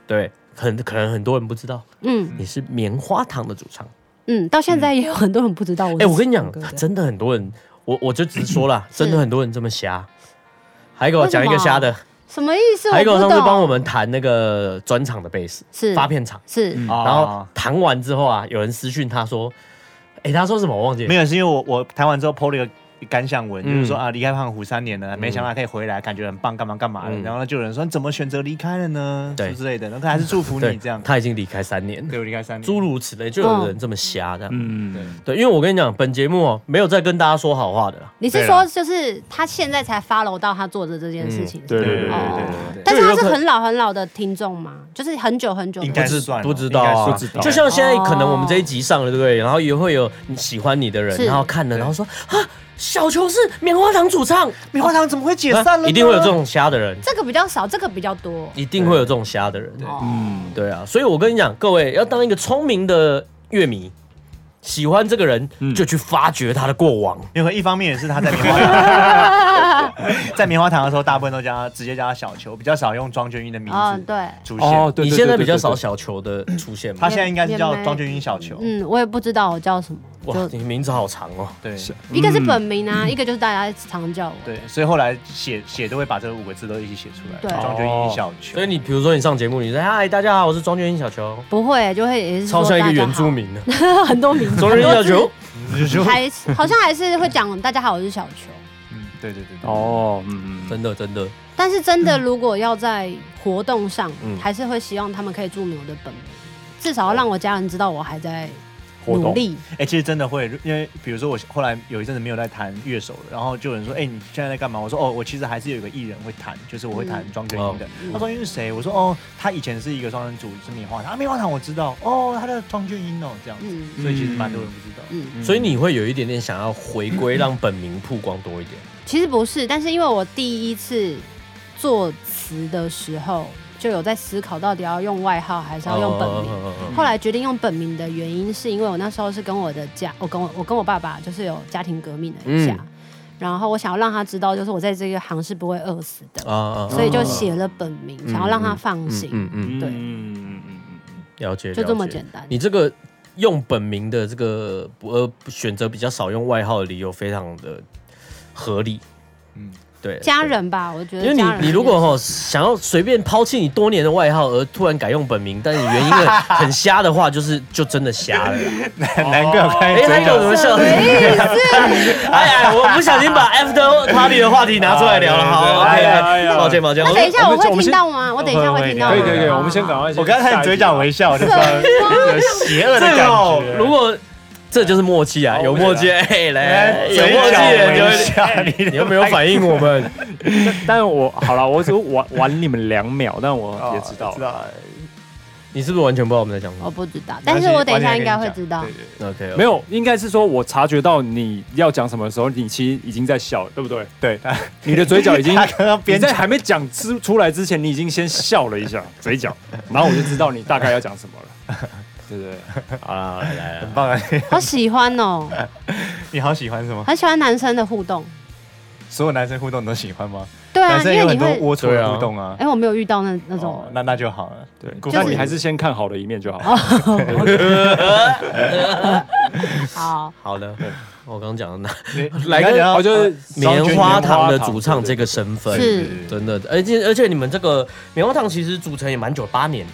A: 对，很可能很多人不知道，
C: 嗯
A: 你是棉花糖的主唱。
C: 嗯，到现在也有很多人不知道我。
A: 哎、我跟你讲，真的很多人，我我就直说啦，真的很多人这么瞎。还给我讲一个瞎的，
C: 什么意思？
A: 还给我
C: 不
A: 上次
C: 懂
A: 帮我们弹那个专场的贝斯，
C: 是
A: 发片场，
C: 是
D: 啊
A: 然后弹完之后啊，有人私讯他说，哎、他说什么我忘记了
D: 没，有，是因为我我弹完之后 PO 了一个感想文，
A: 嗯
D: 就是说啊，离开胖虎三年了，没想到还可以回来，感觉很棒，干嘛干嘛的。
A: 嗯
D: 然后就有人说，你怎么选择离开了呢？
A: 对
D: 什么之类的，然后还是祝福
A: 对
D: 你这样。
A: 他已经离开三年，
D: 对我离开三年，
A: 诸如此类，就有人这么瞎这样。
B: 嗯，
A: 对，因为我跟你讲，本节目哦、没有在跟大家说好话的啦。
C: 你是
D: 对
C: 说
D: 啦
C: 就是他现在才 follow 到他做的这件事情？
B: 对对对对
C: 哦
B: 对对。
C: 但是他
A: 就有
C: 是
A: 可
C: 很老很老的听众嘛，就是很久很久的。
D: 应该
A: 不知
D: 算了
A: 不知道啊，
D: 应该是
A: 就像现在可能我们这一集上了，对不对？然后也会有你喜欢你的人，
C: 是
A: 然后看了，然后说啊，小球是棉花糖主唱，
D: 棉花糖怎么会解散了呢？
A: 啊一定会有这种瞎的人，
C: 这个比较少，这个比较多。
A: 一定会有这种瞎的人。
C: 哦，
B: 嗯，
A: 对啊，所以我跟你讲，各位要当一个聪明的乐迷，喜欢这个人
B: 嗯
A: 就去发掘他的过往。
D: 因为一方面也是他在棉花糖， 在棉花糖的时候，大部分都叫它直接叫它小球，比较少用庄娟英的名
C: 哦，
D: 字
C: 对，
D: 出现。
B: 哦，对，
A: 你
B: 对
A: 现在比较，
B: 对
A: 少
B: 对对
A: 小球的出现
D: 他
A: 吗？
D: 现在应该是叫
C: 也没
D: 庄娟英小球。
C: 嗯，我也不知道我叫什么，
A: 哇，
C: 就
A: 你名字好长哦。
D: 对
C: 一个是本名啊，一个就是大家常叫我。
D: 对，所以后来写写都会把这五个字都一起写出来。
C: 对
D: 庄娟英
B: 哦
D: 小球。
A: 所以你比如说你上节目，你说嗨，大家好，我是庄娟英小球，
C: 不会，就会也是说
A: 超像一
C: 大
A: 个
C: 家
A: 原
C: 好
A: 住，民的
C: 很多名字，
A: 庄娟英小球。
D: 你 就
C: 还是好像还是会讲大家好，我是小球。
D: 嗯，对对对对。
B: 哦，嗯嗯，
A: 真的真的，
C: 但是真的，如果要在活动上，
A: 嗯
C: 还是会希望他们可以注明我的本名，至少要让我家人知道我还在
B: 活
C: 努
B: 动
C: 力。
D: 哎、其实真的会，因为比如说我后来有一阵子没有在弹乐手了，然后就有人说：“哎、你现在在干嘛？”我说：“哦，我其实还是有一个艺人会弹，就是我会弹庄真英的。他说：“因是谁？”我说：“哦，他以前是一个双人组，是棉花糖啊，棉花糖我知道哦，他的庄俊英哦，这样子。
C: 嗯
D: 所以其实蛮多人不知道。
C: 嗯，
B: 嗯
A: 所以你会有一点点想要回归，让本名曝光多一点。
C: 其实不是，但是因为我第一次作词的时候，就有在思考到底要用外号还是要用本
B: 哦
C: 名。
A: 嗯嗯嗯嗯
C: 后来决定用本名的原因，是因为我那时候是跟我的家，我跟我我跟我爸爸就是有家庭革命了一下，
A: 嗯
C: 然后我想要让他知道，就是我在这个行是不会饿死的，
A: 嗯啊啊
C: 所以就写了本名，想要让他放心，
A: 嗯嗯，
B: 哦嗯
C: 对
B: 嗯嗯嗯嗯嗯
A: 了解，
C: 就这么
A: 了解
C: 简单。
A: 你这个用本名的这个不呃选择比较少用外号的理由非常的合理，
D: 嗯
A: 对，
C: 家人吧，我觉
A: 对。
C: 得
A: 因为
C: 家人
A: 你你如果吼想要随便抛弃你多年的外号而突然改用本名，但你原因很很瞎的话，就是就真的瞎 了。
D: 难怪我看
A: 哎，他
D: 嘴
A: 有什
D: 角
A: 么笑？ 哎哎，我不小心把 After Party 的话题拿出来聊 了，好
B: 哎呀哎
A: ，OK，
B: 呀
A: 抱歉抱歉，
C: 那等一下
B: 我
C: 我
B: 们我
C: 会
B: 们
C: 听
B: 先哦
C: 到吗？我等一下会听到
B: 可以
C: 吗。
B: 可以可以，
C: 好
B: 我们先赶。
C: 好
B: 快先下一题。啊
D: 我刚才看你嘴角微笑，我就知道有邪
A: 这
D: 恶的感
A: 个哦
D: 觉。
A: 如果这就是默契啊，
B: 好
A: 有
B: 哦我觉得
A: 默契，哎来，有
D: 嘴
A: 默契
D: 角
A: 的人就
D: 微
A: 会。
D: 笑，你
A: 你又没有反应我们，
B: 但我好了，我只玩玩你们两秒，但我也知道
D: 哦知道，
A: 你是不是完全不知道我们在讲什
C: 我
A: 么
C: 不知道，但是我等一下应该会知道
D: 对。对对
A: ？OK，
B: 没 有，应该是说我察觉到你要讲什么的时候，你其实已经在笑了，对不对？
D: 对，他
B: 你的嘴角已经，
D: 他 刚刚
B: 你
D: 边
B: 在还没讲出出来之前，你已经先笑了一下嘴角，然后我就知道你大概要讲什么 了，对不对？
A: 好啦，好啦来来
D: 很，棒啊！
C: 好喜欢哦，
D: 你好喜欢什么？
C: 很喜欢男生的互动。
D: 所有男生互动你都喜欢吗？
C: 对啊，
D: 男
C: 因
D: 生有
C: 为
D: 很
C: 你
D: 多
C: 会，
D: 龌龊的互动啊。
C: 哎，我没有遇到那那
D: 哦
C: 种，
D: 那那就好了。
B: 对，
D: 就是
B: 但你还是啊先看好的一面就好了。
C: 好。
A: 好的，我刚刚讲 的
D: 你
A: 来个
D: 你刚讲到
B: 哦就是
A: 棉花糖的主唱
B: 对
A: 这个身份
C: 是
A: 真的，而且而且你们这个棉花糖其实组成也蛮久，八年，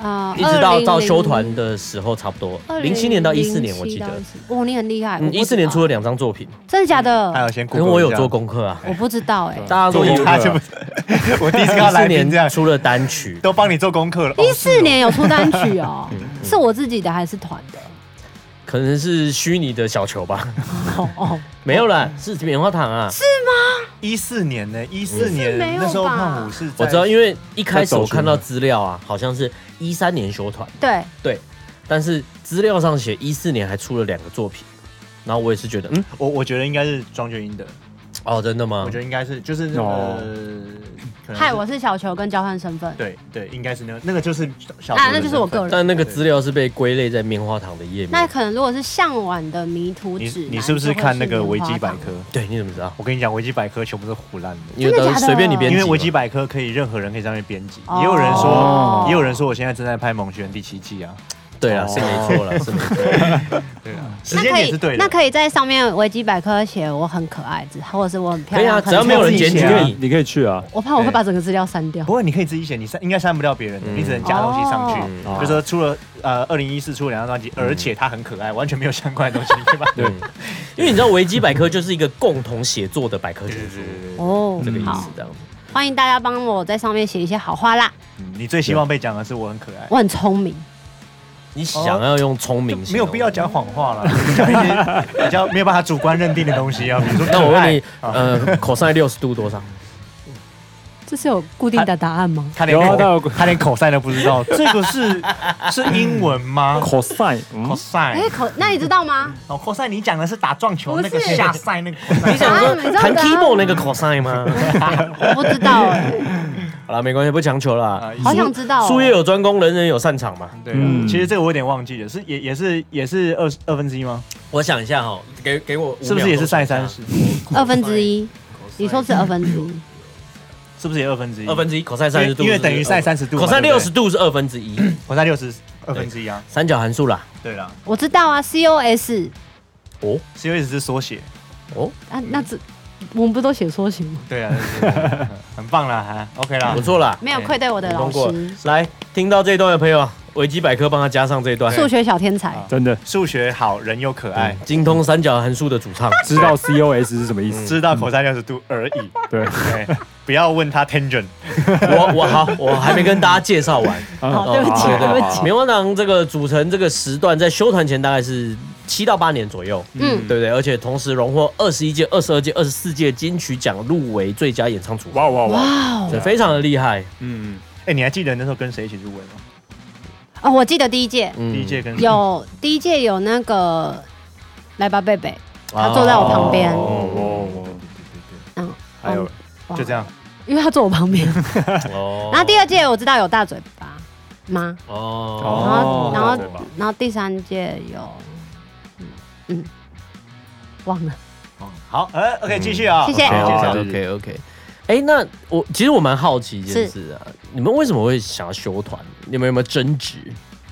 C: 啊，
A: 一直到到
C: 2000
A: 修团的时候差不多，零七年到一四年我记得，。
C: 哇，你很厉害！我不
A: 嗯，
C: 知
A: 一
C: 道
A: 四年出嗯哎了，两张作品，
C: 真的假
D: 还有
C: 的？
D: 先
A: 可
D: Google
A: 是我有做
D: 过，
A: 功课啊，
C: 我不知道哎。
A: 大家都有
B: 做功
D: 他
B: 课
D: 就不，我第一次看到
A: 一四
D: 来宾这
A: 年
D: 样，
A: 出了单 曲，
D: 都帮你做功课了。
C: 一
D: 哦
C: 四年有出单曲 哦，
A: 嗯
C: 是我自己的还是团的？
A: 可能是虚拟的小球吧，
C: 哦哦，
A: 没有啦，是棉花糖啊，
D: 一四年呢，一四
C: 14
D: 年
C: 没有吧
D: 那时候胖虎是在，
A: 我知道，因为一开始
B: 在走
A: 我看到
B: 圈
A: 资料啊，好像是一三年修团，
C: 对，
A: 对，但是资料上写一四年还出了两个作品，然后我也是觉得，嗯，
D: 我我觉得应该是庄俊英的，
A: 哦，真的吗
D: 我觉？得应该是就是
B: 哦
D: 呃，可能是
C: 嗨，我是小球跟交换身份。
D: 对对，应该是那个那个就是小
C: 啊，那就是我个
D: 人。
C: 人。
A: 但那个资料是被归类在棉花糖的页
C: 那
A: 面，
C: 可能如果是向晚的迷途
D: 你
C: 指南，
D: 你是不是看那个维基
C: 就会是
D: 百
C: 棉花糖？
D: 科？
A: 对，你怎么知道？
D: 我跟你讲，维基百科全部都胡乱的，
A: 因为
C: 真的
A: 都
C: 假
A: 是
C: 的
A: 随便你编辑
D: 因
A: 嘛，
D: 为维基百科可以任何人可以上面编辑，也有
C: 哦
D: 人说，
B: 哦
D: 也有人说我现在正在拍《蒙学第七季》啊，
A: 对啊，
B: 哦
A: 是没错啦，是没错。
D: 对啊，时
C: 那
D: 间
C: 可
D: 点
C: 以
D: 是对的。
C: 那可以在上面维基百科写我很可爱，或者是我很漂
A: 可
C: 亮。
A: 以啊只要
C: 很
A: 没有人
C: 自信
A: 检举
B: 你可以
A: 对
B: 你可以去啊，
C: 我怕我会把整个资料删掉
D: 不。过你可以自己写，你删应该删不掉别人的，
A: 嗯
D: 你只能加东西上去。
B: 哦
D: 就说出了呃，二零一四出了两张专辑，而且它很可爱，完全没有相关的东西，对吧？
A: 对，因为你知道维基百科就是一个共同写作的百科全书，
C: 哦
A: 这个意思
C: 好，
A: 这样子。
C: 欢迎大家帮我在上面写一些好话啦。
D: 嗯你最希望被讲的是我很可爱，
C: 我很聪明，
A: 你想要用聪
D: 就
A: 明，
D: 没有必要。讲谎话了，讲一些比较没有办法主观认定的东西啊，比如说
A: 那我
D: 可爱
A: 问你，呃，口塞六十度 多少？
C: 这是有固定的答案吗？
D: 他连
B: 有啊
D: 口
B: 他有
D: 他连口塞都不知道，这个是是英 文吗？
B: cosine，
D: 口
B: 嗯，
D: 塞
C: 哎，，口，那你知道吗？
D: 哦，口塞，你讲的是打撞球
C: 不
D: 那个
C: 是
D: 下塞那个口塞，
A: 你 想说
C: 啊你知道
A: 弹
C: 答案
A: keyboard 那个口塞吗？
C: 我不知道哎，
A: 好了，没关系，不强求
D: 啊
A: 了。
C: 好想知道哦。
A: 术业有专攻，人人有擅长嘛。
D: 对啊，
B: 嗯
D: 其实这个我有点忘记了，是也也是也是二二分之一吗？
A: 我想一下哈，给给我五秒
D: 是不是也是赛三十？
C: 二分之一，
A: 口
C: 你说是二分之一，
D: 是不是也二分之一？
A: 二分之一 cos 三十度
D: 因为因为等于 sin 三十度嘛
A: cos
D: 对不
A: 六
D: 对
A: 十度是二分之一，
D: 我才六十二分之一啊。
A: 三角函数啦。
D: 对啦
C: 我知道啊，cos
A: 哦
D: c o s 是缩写。
A: 哦，
C: 啊，那这我们不都写缩写吗？
D: 对啊，对对对 很棒啦，还 OK 啦
A: 不。错啦，
C: 没有
D: 对
C: 愧对我的
A: 成
C: 老
A: 功过
C: 师，。
A: 来，听到这一段的朋友，维基百科帮他加上这一段。
C: 数学小天才
D: 啊。
B: 真的
D: 数学好，人又可爱
A: 哎，，精通三角函数的主唱，
B: 知道 COS 是什么意思？
D: 知道 cos 六十度而 已。
B: 对，
D: 对，不要问他 tangent。
A: 我我好，我还没跟大家介绍完。
C: 好对不起
B: 好
C: 对不起
B: 好好好
A: 棉花糖这个组成这个时段，在修团前大概是七到八年左右，
C: 嗯，
A: 对不对？而且同时荣获二十一届、二十二届、二十四届金曲奖入围最佳演唱组合，
B: 哇哇哇！
C: 哇
A: 这非常的厉害。
B: 嗯，
D: 哎，你还记得那时候跟谁一起入围吗？
C: 哦，我记得第一届
A: 嗯
D: 第一届跟谁
C: 有第一届有那个来吧贝贝，他
A: 哦
C: 坐在我旁边
B: 哦哦哦，
C: 嗯，
B: 还有
C: 哇
D: 就这，样，
C: 因为他坐我旁边。
A: 哦
C: 然后第二届我知道有大嘴巴吗？
A: 哦
B: 哦
C: 然后
B: 大
C: 然
B: 嘴巴
C: 后然后第三届有，嗯嗯，忘了，
D: 好，呃，OK，继续啊，
C: 谢谢
B: 好好好
A: OK OK。哎，那我其实我蛮好奇一件事啊，你们为什么会想要修团？你们有没有争执？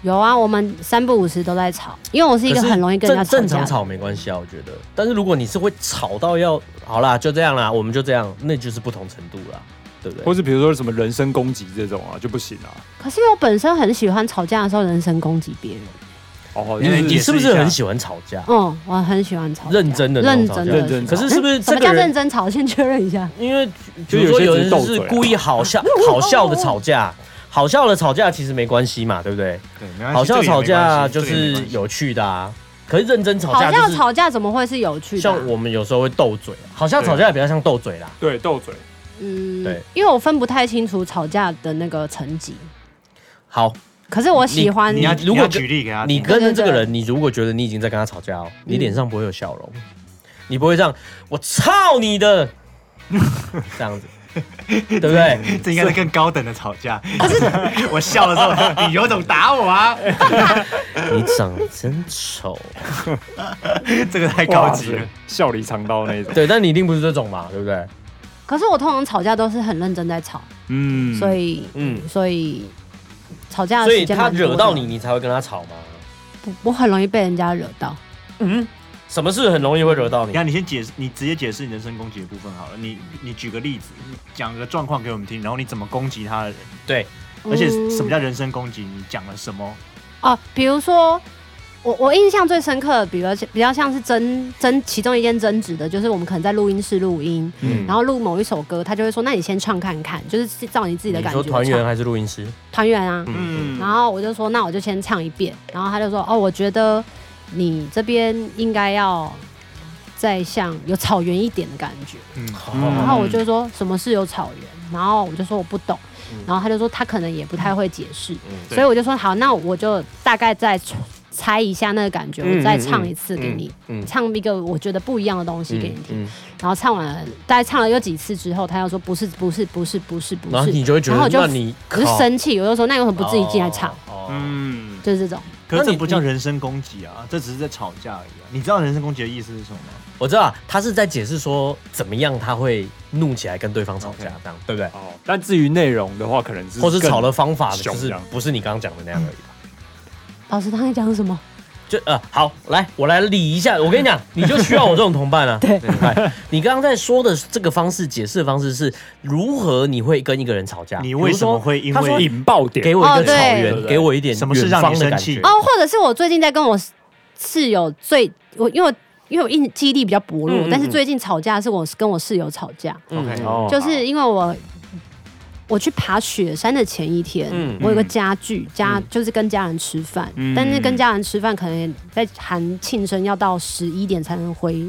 C: 有啊，我们三不五时都在吵，因为我是一个
A: 可
C: 很容易跟人家
A: 正正
C: 架
A: 常
C: 的
A: 吵没关系啊，我觉得。但是如果你是会吵到要好啦，就这样啦，我们就这样，那就是不同程度啦，对不对？
B: 或是比如说什么人身攻击这种啊，就不行啊。
C: 可是因为我本身很喜欢吵架的时候人身攻击别人，
B: 哦，
D: 因
B: 就
D: 为
B: 是
A: 你是不
D: 解释
A: 是
D: 一下
A: 很喜欢吵架？
C: 嗯，我很喜欢吵架，
A: 认真的那种
C: 认
A: 吵架
C: 真的
B: 认真
A: 可是是不是
C: 什
A: 这
C: 么
A: 个
C: 叫认
A: 人？
C: 真吵？先确认一下。
A: 因为
B: 就
A: 比如说有
B: 有
A: 人
B: 些只是
A: 是
B: 斗嘴啊
A: 故意好笑好笑的吵架，好笑的吵架其实没关系嘛，对不对？
D: 对没关系
A: 好笑
D: 这个也
A: 吵
D: 没关
A: 架
D: 系
A: 就
D: 这个
A: 是
D: 也没关系
A: 有趣的啊，可是认真吵
C: 好
A: 架
C: 像
A: 就
C: 吵架怎么会是有趣
A: 是
C: 的啊、
A: 像我们有时候会斗嘴，啊好
D: 啊
A: 像吵架也比较像斗嘴啦。
B: 对斗嘴，
C: 嗯
A: 对，
C: 因为我分不太清楚吵架的那个层级，
A: 好，
C: 可是我喜欢
D: 你要
A: 如
D: 如
A: 果
D: 果
A: 就
D: 举例给他听，
A: 你跟这个人，你如果觉得你已经在跟他吵架哦，
C: 嗯
A: 你脸上不会有笑容，你不会这样，我操你 的，这样子，对不对？
D: 这应该是更高等的吵架。可是 我笑的时候，你有种打我啊！
A: 你长得真丑，
D: 这个太
B: 哇
D: 高级了
B: 塞。，笑里藏刀那一 种。
A: 对，但你一定不是这种嘛，对不对？
C: 可是我通常吵架都是很认真在吵，
B: 嗯，
C: 所以
A: 嗯，
C: 所以吵架的
A: 所以
C: 时间
A: 他
C: 蛮多的
A: 惹到你，，你才会跟他吵吗？
C: 不我很容易被人家惹到。
A: 嗯，什么事很容易会惹到你
D: 那？你先解释，你直接解释你人身攻击的部分好了。你你举个例子，你讲个状况给我们听，然后你怎么攻击他的人，
A: 对，
D: 而且
C: 嗯
D: 什么叫人身攻击？你讲了什么？
C: 哦，比如说我我印象最深刻的，比如比较像是争争其中一件争执的，就是我们可能在录音室录音，
B: 嗯
C: 然后录某一首歌，他就会说，那你先唱看看，就是照你自己的
A: 你
C: 感
A: 说
C: 觉
A: 团员啊
C: 唱
A: 还是录音师？
C: 团员啊，
D: 嗯
C: 然后我就说，那我就先唱一遍。然后他就说，哦，我觉得你这边应该要再像有草原一点的感觉。
D: 嗯
A: 哦
C: 然
B: 嗯
C: 后我就说，什么是有草原？然后我就说我不懂。
A: 嗯
C: 然后他就说他可能也不太会解释，
D: 对
C: 所以我就说好，那我就大概再猜一下那个感觉，
A: 嗯
C: 我再唱一次给你，
A: 嗯嗯
C: 唱一个我觉得不一样的东西给你听。
A: 嗯，
C: 然后唱完了，大概唱了有几次之后，他又说不是，不是，不是，不是，不是。
A: 然后你就会觉
C: 然后
A: 得
C: 我，
A: 那
C: 就
A: 你
C: 我就
A: 靠
C: 生气，我就说那你为什么不自己进来唱？
A: 哦，哦
B: 嗯，
C: 就是这种。
D: 可是
A: 那
D: 这
A: 你
D: 不叫人身攻击啊，这只是在吵架而已、啊。你知道人身攻击的意思是什么吗？
A: 我知道啊他是在解释说怎么样他会怒起来跟对方吵架
D: OK，
A: 这样对不对？
B: 哦，但至于内容的话，可能是
A: 或是
B: 更
A: 吵的方法
B: 凶
A: 就是
B: 这
D: 啊
B: 样
A: 不是你刚刚讲的那样而已吧。
C: 老师刚才讲什么？
A: 就呃好，来我来理一下。我跟你讲，你就需要我这种同伴啊。
C: 对
A: 来，你刚刚在说的这个方式解释的方式是如何你会跟一个人吵架？
D: 你为什么会因
A: 比如说他
D: 为
A: 说
B: 引爆点，
A: 给我一
C: 哦
A: 个草
C: 对
A: 原，
B: 对对
A: 给我一点
D: 什么事
A: 远
D: 让你
A: 方的
D: 生
A: 感
D: 气
A: 觉
C: 哦，或者是我最近在跟我室友最我因为我因为我印记忆力比较薄弱，
A: 嗯嗯嗯
C: 但是最近吵架是我跟我室友吵架，
D: OK，
B: 哦
C: 嗯就是因为我我去爬雪山的前一天，
A: 嗯
C: 我有个家具家、
A: 嗯
C: 就是跟家人吃饭，
B: 嗯
C: 但是跟家人吃饭可能在含庆生要到十一点才能回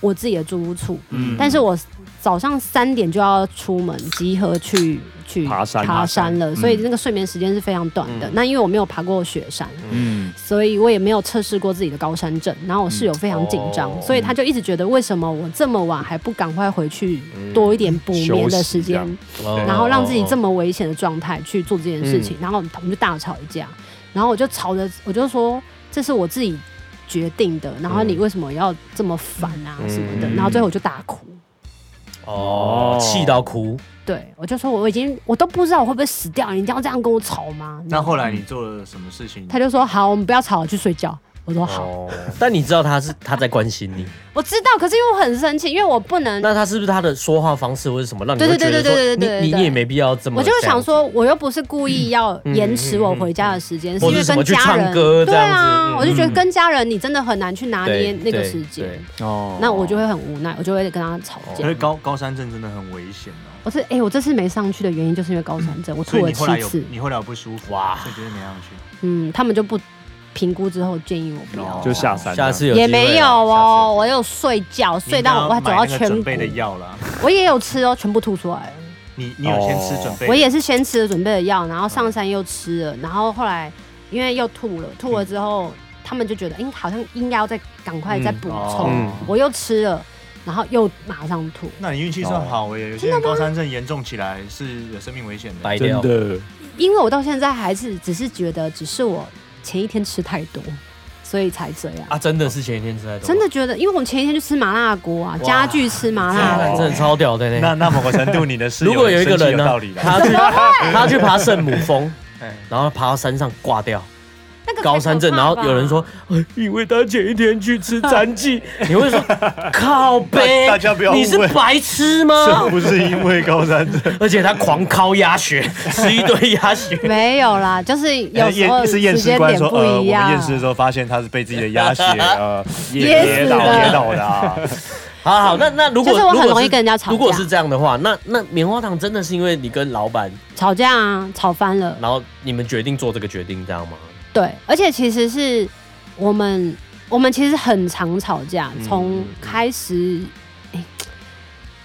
C: 我自己的住屋处，
B: 嗯
C: 但是我早上三点就要出门集合去去
B: 爬山
C: 爬
B: 爬
C: 山
B: 山嗯
C: 了，所以那个睡眠时间是非常短的。那因为我没有爬过雪山，
B: 嗯，
C: 所以我也没有测试过自己的高山症。然后我室友非常紧张，
A: 哦
C: 所以他就一直觉得为什么我这么晚还不赶快回去多一点补眠的时间，
B: 嗯休息
A: 哦
C: 然后让自己这
A: 么
C: 么危险的状态去做这件事
B: 嗯
C: 情。然后我们就大吵一架，然后我就吵着我就说这是我自己
B: 嗯
C: 决定的，然后你为什么要这么烦啊什么的，
A: 嗯
C: 然后最后我就大哭。
A: 哦，气到哭，
C: 对我就说我已经我都不知道我会不会死掉，你一定要这样跟我吵吗？
D: 那后来你做了什么事情？
C: 嗯他就说好，我们不要吵了，去睡觉。我说好，
A: 哦，但你知道他是他在关心你，
C: 我知道，可是因为我很生气，因为我不能，
A: 那他是不是他的说话方式或者什么让你
C: 对
A: 会
C: 对
A: 觉得
C: 对
A: 说
C: 对对对对
A: 你你
C: 对
A: 你也没必要这么，嗯
C: 我就是想，说，我又不是故意要延迟我回家的时间，是因
A: 或者
C: 为
A: 什么
C: 跟
A: 去
C: 家
A: 唱
C: 人，
A: 歌这
C: 对
A: 样子
C: 啊，
A: 嗯
C: 我就觉得跟家人你真的很难去拿
A: 对
C: 捏那个
A: 对
C: 时
A: 对哦
C: 间，
B: 哦
C: 那我就会很无奈，我就会跟他吵
D: 因为
C: 架。
D: 高高山症真的很危险哦，
C: 我这哎，我这次没上去的原因就是因为高山症，我
D: 所
C: 吐了
D: 以你后来
C: 七
D: 有
C: 次，
D: 你后来有不舒服哇，所以觉得没上去。
C: 嗯，他们就不评估之后建议我不要
D: 哦，
B: 就下山这
A: 下
B: 样，
A: 次有
C: 也
A: 机会啊
C: 没有
A: 下
C: 哦
A: 次，
C: 我有睡觉，睡到我
D: 你
C: 走
D: 一定
C: 到
D: 要买那个
C: 颧
D: 准备的
C: 骨，
D: 药啦，
C: 我也有吃哦，全部吐出来了。
D: 你你有先
A: 哦
D: 吃准备的？
C: 我也是先吃了准备的药，然后上山又吃了，然后后来因为又吐了，吐了之后他们就觉得，哎、好像应该要再赶快再补
D: 哦
C: 充，
A: 嗯
C: 我又吃了，然后又马上吐，
D: 那你运气算好耶，有些人高山症严重起来是有生命危险的。
A: 白
B: 真
A: 掉，
B: 的
C: 因为我到现在还是只是觉得，只是我前一天吃太多，所以才这样。
A: 啊，真的是前一天吃太多，
C: 真的觉得，因为我们前一天就吃麻辣锅啊，家具吃麻辣
A: 啊，
C: 锅
A: 真，的超屌的
D: 那
A: 呢。
D: 那某个程度，你的室友
A: 如果有一个
D: 生气
A: 人
D: 有
A: 呢
D: 道理，的，
A: 他 去他去爬圣母峰，
D: 哎
A: 然后爬到山上挂掉，
C: 那个太可怕
A: 高山症，然后有人说
C: 吧，，
A: 哎因为他前一天去吃残 疾，你会说，靠背，
D: 大大家不要误会
A: 你是白痴
D: 这
A: 吗？
D: 不 是因为高山症，
A: 而且他狂敲鸭血，吃一堆鸭血，
C: 没有啦，就是 有时候
D: 验哎是验
C: 时
D: 尸
C: 间
D: 官
C: 点
D: 说，
C: 不
D: 呃，我们
C: 一样。
D: 验尸的时候发现他是被自己的鸭 血呃
C: 噎死
D: 倒
C: 的
D: 噎倒的啊。
A: 好好，那那如果
C: 就是我很
A: 如果
C: 容易跟人家吵架
A: 如果是这样的话，那那棉花糖真的是因为你跟老板，
C: 吵架啊，吵翻了。
A: 然后你们决定做这个决定，这样吗？
C: 对，而且其实是我们我们其实很常吵架，从开始，诶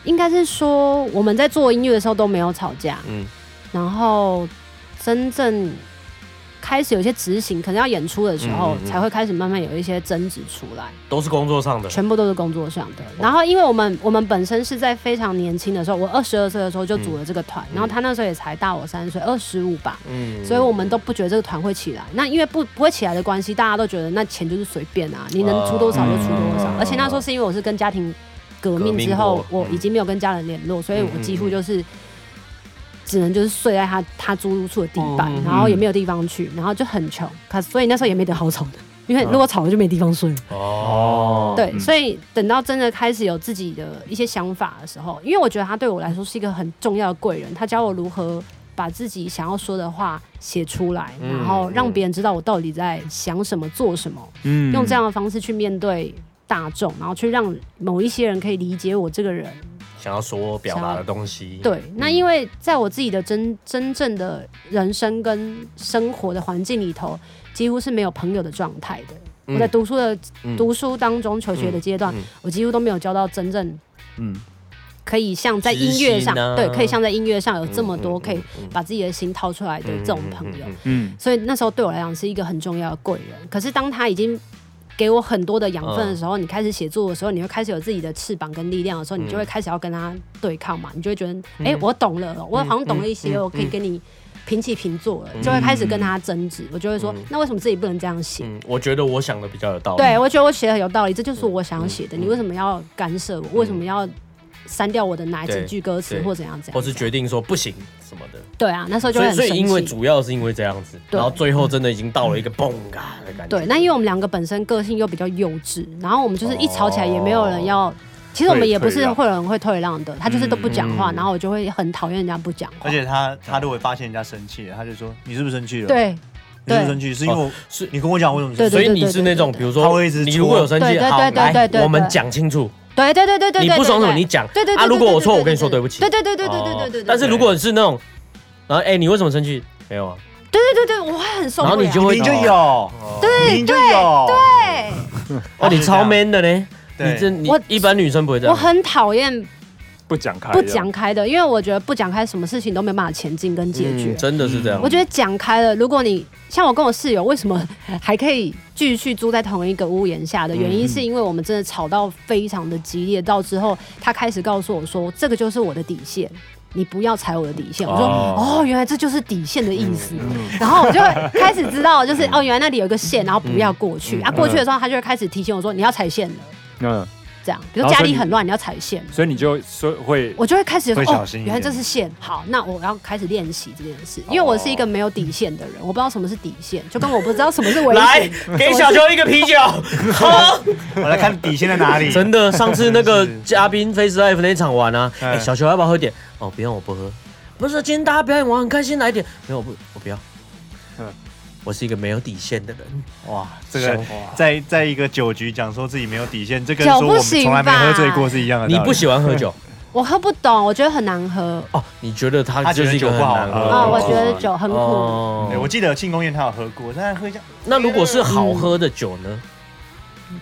C: 应该是说我们在做音乐的时候都没有吵架，
A: 嗯
C: 然后真正开始有一些执行，可能要演出的时候、
A: 嗯嗯嗯
C: 才会开始慢慢有一些争执出来，
A: 都是工作上的，
C: 全部都是工作上的。
A: 哦
C: 然后因为我们我们本身是在非常年轻的时候，我二十二岁的时候就组了这个团，然后他那时候也才大我三岁，二十五吧，
A: 嗯
C: 所以我们都不觉得这个团会起来。那因为不不会起来的关系，大家都觉得那钱就是随便啊，你能出多少就出多少。
A: 嗯
C: 而且那时候是因为我是跟家庭革命之
A: 革
C: 后
A: 命，嗯过
C: 我已经没有跟家人联络，所以
A: 嗯
C: 我几乎就是。只能就是睡在他他租住的地板，
A: 嗯嗯嗯
C: 然后也没有地方去，然后就很穷，可所以那时候也没得好吵的，因为
A: 嗯
C: 如果吵了就没地方睡了。
A: 哦，
C: 对，
B: 嗯
C: 所以等到真的开始有自己的一些想法的时候，因为我觉得他对我来说是一个很重要的贵人，他教我如何把自己想要说的话写出来，
A: 嗯
C: 然后让别人知道我到底在想什么、做什么，
B: 嗯
C: 用这样的方式去面对大众，然后去让某一些人可以理解我这个人。
A: 想要说表达的东西，
C: 对，那因为在我自己的真真正的人生跟生活的环境里头，几乎是没有朋友的状态的。
A: 嗯
C: 我在读书的、
A: 嗯
C: 读书当中求学的阶段，
A: 嗯嗯
C: 我几乎都没有交到真正
B: 嗯
C: 可以像在音乐上，
A: 知心啊
C: 对，可以像在音乐上有这么
A: 嗯嗯
C: 多可以
A: 嗯
C: 把自己的心掏出来的
A: 嗯
C: 这种朋友，
A: 嗯嗯
B: 嗯
C: 所以那时候对我来讲是一个很重要的贵人。可是当他已经给我很多的养分的时候，你开始写作的时候，你会开始有自己的翅膀跟力量的时候，你就会开始要跟他对抗嘛，你就会觉得，哎、我懂了，我好像懂了一
A: 嗯嗯
C: 些，
A: 嗯嗯
C: 我可以跟你平起平坐了，就会开始跟他争执。我就会说，那为什么自己不能这样写？
A: 嗯，我觉得我想的比较有道理，
C: 对，我觉得我写的很有道理，这就是我想要写的。你为什么要干涉我？为什么要删掉我的哪几
A: 对
C: 句歌词
A: 对
C: 或怎样怎样？
A: 或是决定说不行什么的。
C: 对啊，那时候就
A: 所以，
C: 会很
A: 所
C: 生
A: 以
C: 气。
A: 因为主要是因为这样子，
C: 对
A: 然后最后真的已经到了一个蹦嘎的感觉。
C: 对，那因为我们两个本身个性又比较幼稚，然后我们就是一吵起来也没有人要，其实我们也不是会有人会退让的，他就是都不讲话，然后我就会很讨厌人家不讲话
D: 而。且他他如果发现人家生气了，他就说你是不是生气了？，
C: 对
D: 你是不
C: 对
D: 是生气？是因为我
A: 哦是
D: 你跟我讲我怎么生气
A: 所
C: 对对
A: 以你是那种，比如
D: 他
A: 说
D: 会一直，
A: 你如果有生气，
C: 戳
A: 好，
C: 对对对对
A: 来
C: 对，对
A: 我们讲清楚，
C: 对对对对对，
A: 你不爽什么你讲。
C: 对对
A: 啊，如果我错，我跟你说对不起。
C: 对对对对对对对对。
A: 哦但是如果是那种，然后哎，你为什么生气？没有啊，
C: 对对对对，我会很受不了。
A: 我
D: 明明就有，明明就有，
C: 对，
A: 哦，你超
D: 这样
A: man 的呢。你这
D: 对，
A: 你
C: 我
A: 一般女生不会这
C: 我
A: 样。
C: 很讨厌
B: 不讲开
C: 不
B: 的
C: 讲开的，因为我觉得不讲开，什么事情都没办法前进跟解决
A: 嗯。真的是这样。
C: 我觉得讲开了，如果你像我跟我室友，为什么还可以继续住在同一个屋檐下的原因，是因为我们真的吵到非常的激烈，到之后他开始告诉我说，这个就是我的底线。你不要踩我的底线，我说
B: 哦
C: 哦，原来这就是底线的意思。然后我就会开始知道，就是哦，原来那里有一个线，然后不要过去。啊，过去的时候，他就会开始提醒我说，你要踩线了。
B: 嗯
C: 这样，比如
B: 然后
C: 说家
B: 所以
C: 里
B: 你
C: 很乱，你要踩线，
B: 所以你就说会
C: 我就会开始说
D: 会小
C: 哦
D: 心，一
C: 原来这
D: 点
C: 是线，好，那我要开始练习这件事，因为我是一个没有底线的人，我不知道什么是底线，就跟我不知道什么是危
A: 来
C: 险。
A: 给小秋一个啤 酒，喝。
D: 我来看底线在哪里。
A: 真的，上次那个
D: 是
A: 嘉宾 Face Life 那一场玩啊，哎、
D: 嗯
A: 小球要不要喝点？哦，不用，我不喝。不是，今天大家表演完很开心，来一点。没有，我不，我不要
B: 嗯。
A: 我是一个没有底线的人，
D: 哇，这个
B: 哇
D: 在在一个酒局讲说自己没有底线，这跟
C: 酒
D: 说我
C: 不
D: 们
C: 行
D: 从来没
C: 吧
D: 喝醉过是一样的道理。
A: 你不喜欢喝酒
C: 我喝不懂，我觉得很难喝
A: 哦？你觉得他
D: 他觉
A: 就
D: 得
A: 是一个
D: 酒
A: 很
D: 不好
A: 难喝
B: 喝
A: 的
C: 啊，
B: 哦
C: 我
A: 东
C: 觉
A: 西
C: 得酒很苦。
A: 哦
D: 哎我记得庆功宴他有喝过，但他喝一下
A: 那如果是好喝的酒呢？
D: 嗯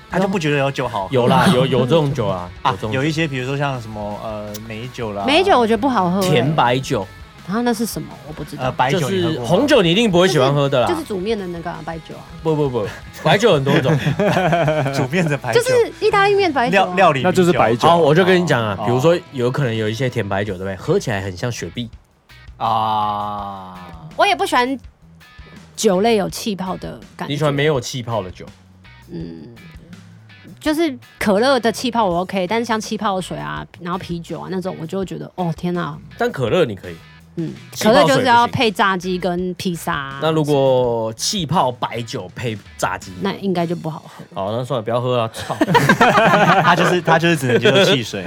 D: 他就不觉得有酒好喝。
A: 有啦，有有这种酒啊，有
D: 啊
A: 这，种
D: 有
A: 酒
D: 一些比如说像什么呃美酒啦，
C: 美酒我觉得不好喝，欸
A: 甜。白酒，
C: 然后那是什么？我不知
D: 呃
C: 道。
D: 白
A: 就
D: 酒你喝
A: 是
D: 过吗
A: 红酒你一定不会喜欢喝的啦
C: 就是。煮面的那个啊白酒啊，
A: 不不不，白酒很多 种。
D: 煮面的白酒，
C: 就是意大利面白酒
D: 料
C: 啊。
D: 料理
B: 那就是
D: 米酒
B: 白酒
A: 好，我就跟你讲啊
D: 哦，
A: 比如说有可能有一些甜白酒，对不对？喝起来很像雪碧。
D: 啊。
C: 我也不喜欢酒类有气泡的感觉。嗯
A: 你喜欢没有气泡的酒？
C: 就是可乐的气泡我 OK，但是像气泡水啊，然后啤酒啊那种，我就会觉得哦天哪、
A: 但可乐你可以。
C: 嗯，
A: 气
C: 可
A: 泡水
C: 乐
A: 不行
C: 就是要配炸鸡跟披萨啊、
A: 那如果气泡白酒配炸鸡，
C: 那应该就不好喝。
A: 好，那算了，不要喝了。操！
D: 他就是他就是只能接受汽水、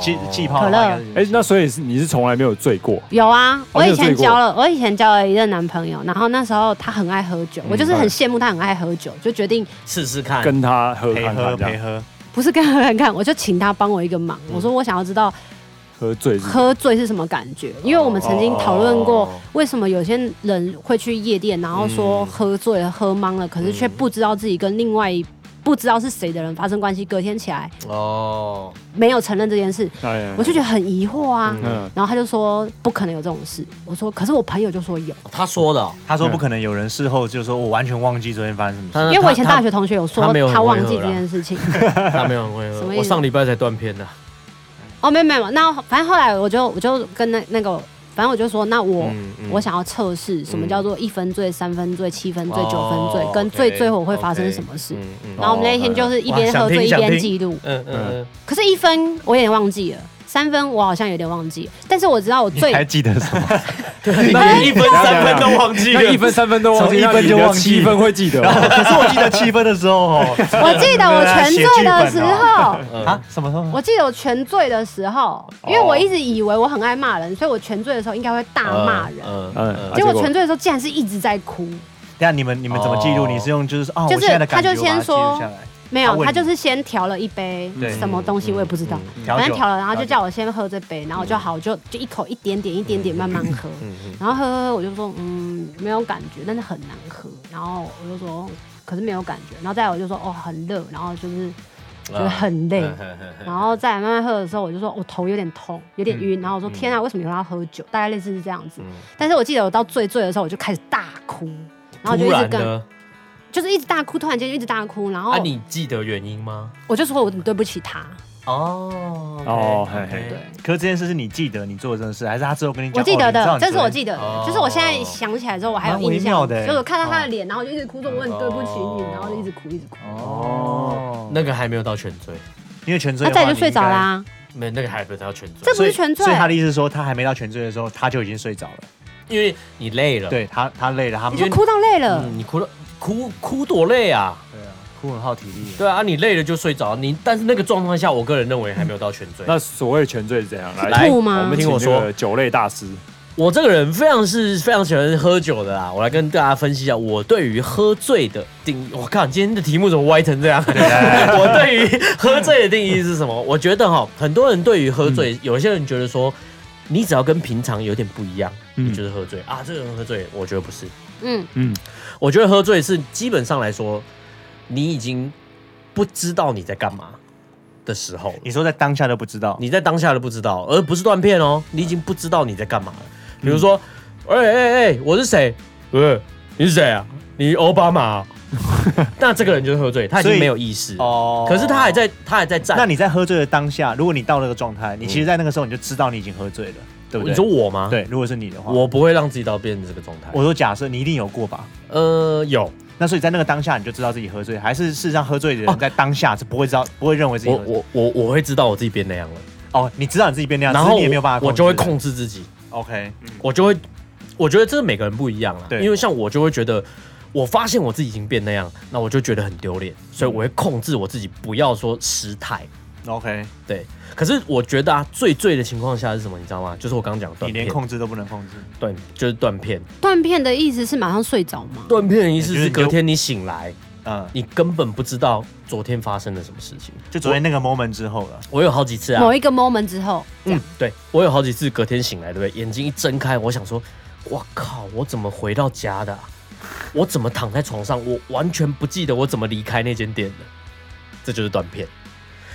D: 气气泡的话应该是
B: 哎、那所以是你是从来没有醉过，
C: 有啊，
B: 哦
C: 我
B: 你有
C: 以前
B: 醉过
C: 交了，我以前交了一任男朋友，然后那时候他很爱喝酒，
A: 嗯
C: 我就是很羡慕他很爱喝酒，就决定
A: 试试看。
B: 跟他喝
D: 陪
B: 看
D: 哎喝
B: 看这
D: 陪
B: 样
D: 喝，
C: 不是跟他看看，我就请他帮我一个忙，
A: 嗯
C: 我说我想要知道
B: 喝醉是
C: 喝醉是什么感觉？因为我们曾经讨论过
A: 哦，
C: 为什么有些人会去夜店，然
A: 嗯
C: 后说喝醉了、喝懵了，可是却不知道自己跟另外一不知道是谁的人发生关系，隔天起来
A: 哦，
C: 没有承认这件事，
B: 哎
C: 我就觉得很疑惑啊。
B: 嗯
C: 然后他就说不可能有这种事，我说可是我朋友就说有，
A: 他说的哦，
D: 他说不可能有人事后就说我完全忘记昨天发生什么事。
A: 因
C: 因为我以前大学同学有说
A: 嗯他没有很
C: 他忘
A: 会喝
C: 记
A: 啦
C: 这件事情。
A: 他没有很会
C: 什
A: 喝
C: 么意，思
A: 我上礼拜才断片的。
C: 哦，没有没有，那反正后来我就我就跟那那个，反正我就说，那我、
A: 嗯
C: 我想要测试什么叫做一分醉、三分醉、七分醉、
A: 哦
C: 九分醉，跟
A: OK，
C: 醉最后会发生什么事。
A: 嗯哦嗯
C: 然后我们那一天就是一边
D: 哇
C: 喝醉一
D: 想听
C: 边
D: 想听
C: 记录，
A: 嗯嗯
C: 可是，一分我有点忘记了，三分我好像有点忘记了，但是我知道我
D: 你
C: 醉，
D: 还记得什 么？
A: 嗯，那一分三分都忘记
B: 那一
A: 了。
B: 分三分都忘
D: 从
B: 记，
D: 一
B: 那
D: 分
B: 你
D: 就
B: 的
D: 忘记
B: 七分会记得哦、
D: 可是我记得七分的时候 哦，
C: 我 记得我全醉
A: 哦
C: 的时候，
A: 嗯
D: 啊，什么时候？
C: 我记得我全醉的时候，因为我一直以为我很爱骂人，所以我全醉的时候应该会大骂人，
A: 嗯
B: 嗯啊
C: 结果
B: 结果
C: 全醉的时候竟然是一直在哭。
D: 等下你们你们怎么记录？
A: 哦
D: 你是用就是啊，
C: 就是
D: 我现在的感觉，
C: 他就先说
D: 我把它记录下来
C: 没
D: 他
C: 有，啊
D: 问
C: 他
D: 你
C: 就是先调了一杯
B: 对
C: 什么
A: 嗯
C: 东西，我也不知道，
D: 调酒
C: 反正调了，然后就叫我先喝这杯，然后我就好，我就就一口一点点一点点慢慢喝，
A: 嗯
C: 然后喝喝喝，我就说嗯没有感觉，但是很难喝，然后我就说嗯可是没有感觉，然后再来我就说哦很热，然后就是觉得很累，
A: 嗯
C: 然后再来慢慢喝的时候，我就说我头有点痛，有点晕，然后我说天啊，为什么有人要喝酒？大概类似是这样子，但是我记得我到最醉的时候，我就开始大哭，然后我就
A: 突
C: 一直
A: 然
C: 跟
A: 呢？
C: 就是一直大哭，突然间就一直大哭，然后
A: 啊，你记得原因吗？
C: 我就说我对不起他，
A: 哦
B: 哦
A: OK，
B: 嘿嘿
C: 对，
D: 可是这件事是你记得你做的这件事，还是他之后跟你讲？
C: 我记
D: 哦
C: 得
D: 你知道
C: 的，
D: 你
C: 这是
D: 昨
C: 我
D: 天
C: 记得
A: 哦
C: 的，就是我现在想起来之后，我还有
D: 蛮微
C: 印
D: 妙
C: 象，
D: 的欸
C: 就是我看到他的脸，然后我就一直哭，说我很对不起你，然后就一直哭，一直哭，
D: 哦，
A: 那个还没有到全醉，
D: 因为全醉
C: 那
D: 的话，
C: 再就睡着
D: 你应
C: 啦。
A: 没那个还没有到全醉
C: 这
D: 该。
C: 不是全醉
D: 所以所以他的意思是说，他还没到全醉的时候，他就已经睡着了。
A: 因为你累了，，
D: 对他，他累了，他
C: 你
D: 对
C: 说哭到累了，
A: 嗯、你哭了，哭哭多累啊！
D: 啊，哭很耗体力。
A: 对啊，你累了就睡着，你但是那个状况下，我个人认为还没有到全醉。
B: 那所谓全醉是怎样？
A: 来
B: 来，
C: 吐
B: 我
C: 吗
B: 们？
A: 听
B: 请
A: 我
B: 我
A: 说
B: 说酒类大师，
A: 我这个人非常是非常喜欢喝酒的啦，我来跟大家分析一下我对于喝醉的定义。我靠，今天的题目怎么歪成 这样？我对于喝醉的定义是什么？我觉得哈，很多人对于喝醉，有些人觉得说，你只要跟平常有点不一样，你就是喝醉啊。这个人喝醉，我觉得不是。
C: 嗯，
B: 嗯，
A: 我觉得喝醉是基本上来说，你已经不知道你在干嘛的时候了，
D: 你说在当下都不知道，
A: 你在当下都不知道，而不是断片哦，你已经不知道你在干嘛了。比如说，哎哎哎，我是谁？呃，你是谁啊？你奥巴马啊、 那这个人就是喝醉，他已
D: 所
A: 经
D: 以
A: 没有意识哦，
D: 哦
A: 可是他还。在，他还在站。
D: 那你在喝醉的当下，如果你到那个状态，你其实，在那个时候你就知道你已经喝醉了，对不对？
A: 你说我吗？，
D: 对，如果是你的话，
A: 我不会让自己到变成这个状态。
D: 我说假设你一定有过吧，
A: 呃，有，
D: 那所以在那个当下你就知道自己喝醉，还是事实上喝醉的人在当下是不会知道，不会认为自己
A: 我
D: 喝醉
A: 我我我会知道我自己变那样了，
D: 哦，你知道你自己变那样，
A: 然
D: 只是
A: 后
D: 你也没有办法，
A: 我就会。控制自己，
D: OK，
A: 我就会，我觉得这每个人不一样啦。啊
D: 对
A: 因为像我就会觉得，我发现我自己已经变那样，那我就觉得很丢脸，所以我会控制我自己，不要说失态。
D: OK，
A: 对，可是我觉得啊，最醉的情况下是什么？你知道吗？就是我刚刚讲的
D: 你
A: 断
D: 连
A: 片，
D: 控制都不能控制，
A: 断就是断片，
C: 断片的意思是马上睡着吗？
A: 断片的意思
D: 就是
A: 是
D: 你就
A: 隔天你醒来，
D: 嗯，
A: 你根本不知道昨天发生了什么事情。
D: 就昨天那个 moment 之后了，
A: 我有好几次啊，
C: 某一个 moment 之后，
A: 嗯，对我有好几次隔天醒来，对不对？眼睛一睁开，我想说，我靠，我怎么回到家的啊、我怎么躺在床上？我完全不记得我怎么离开那间店的，这就是断片。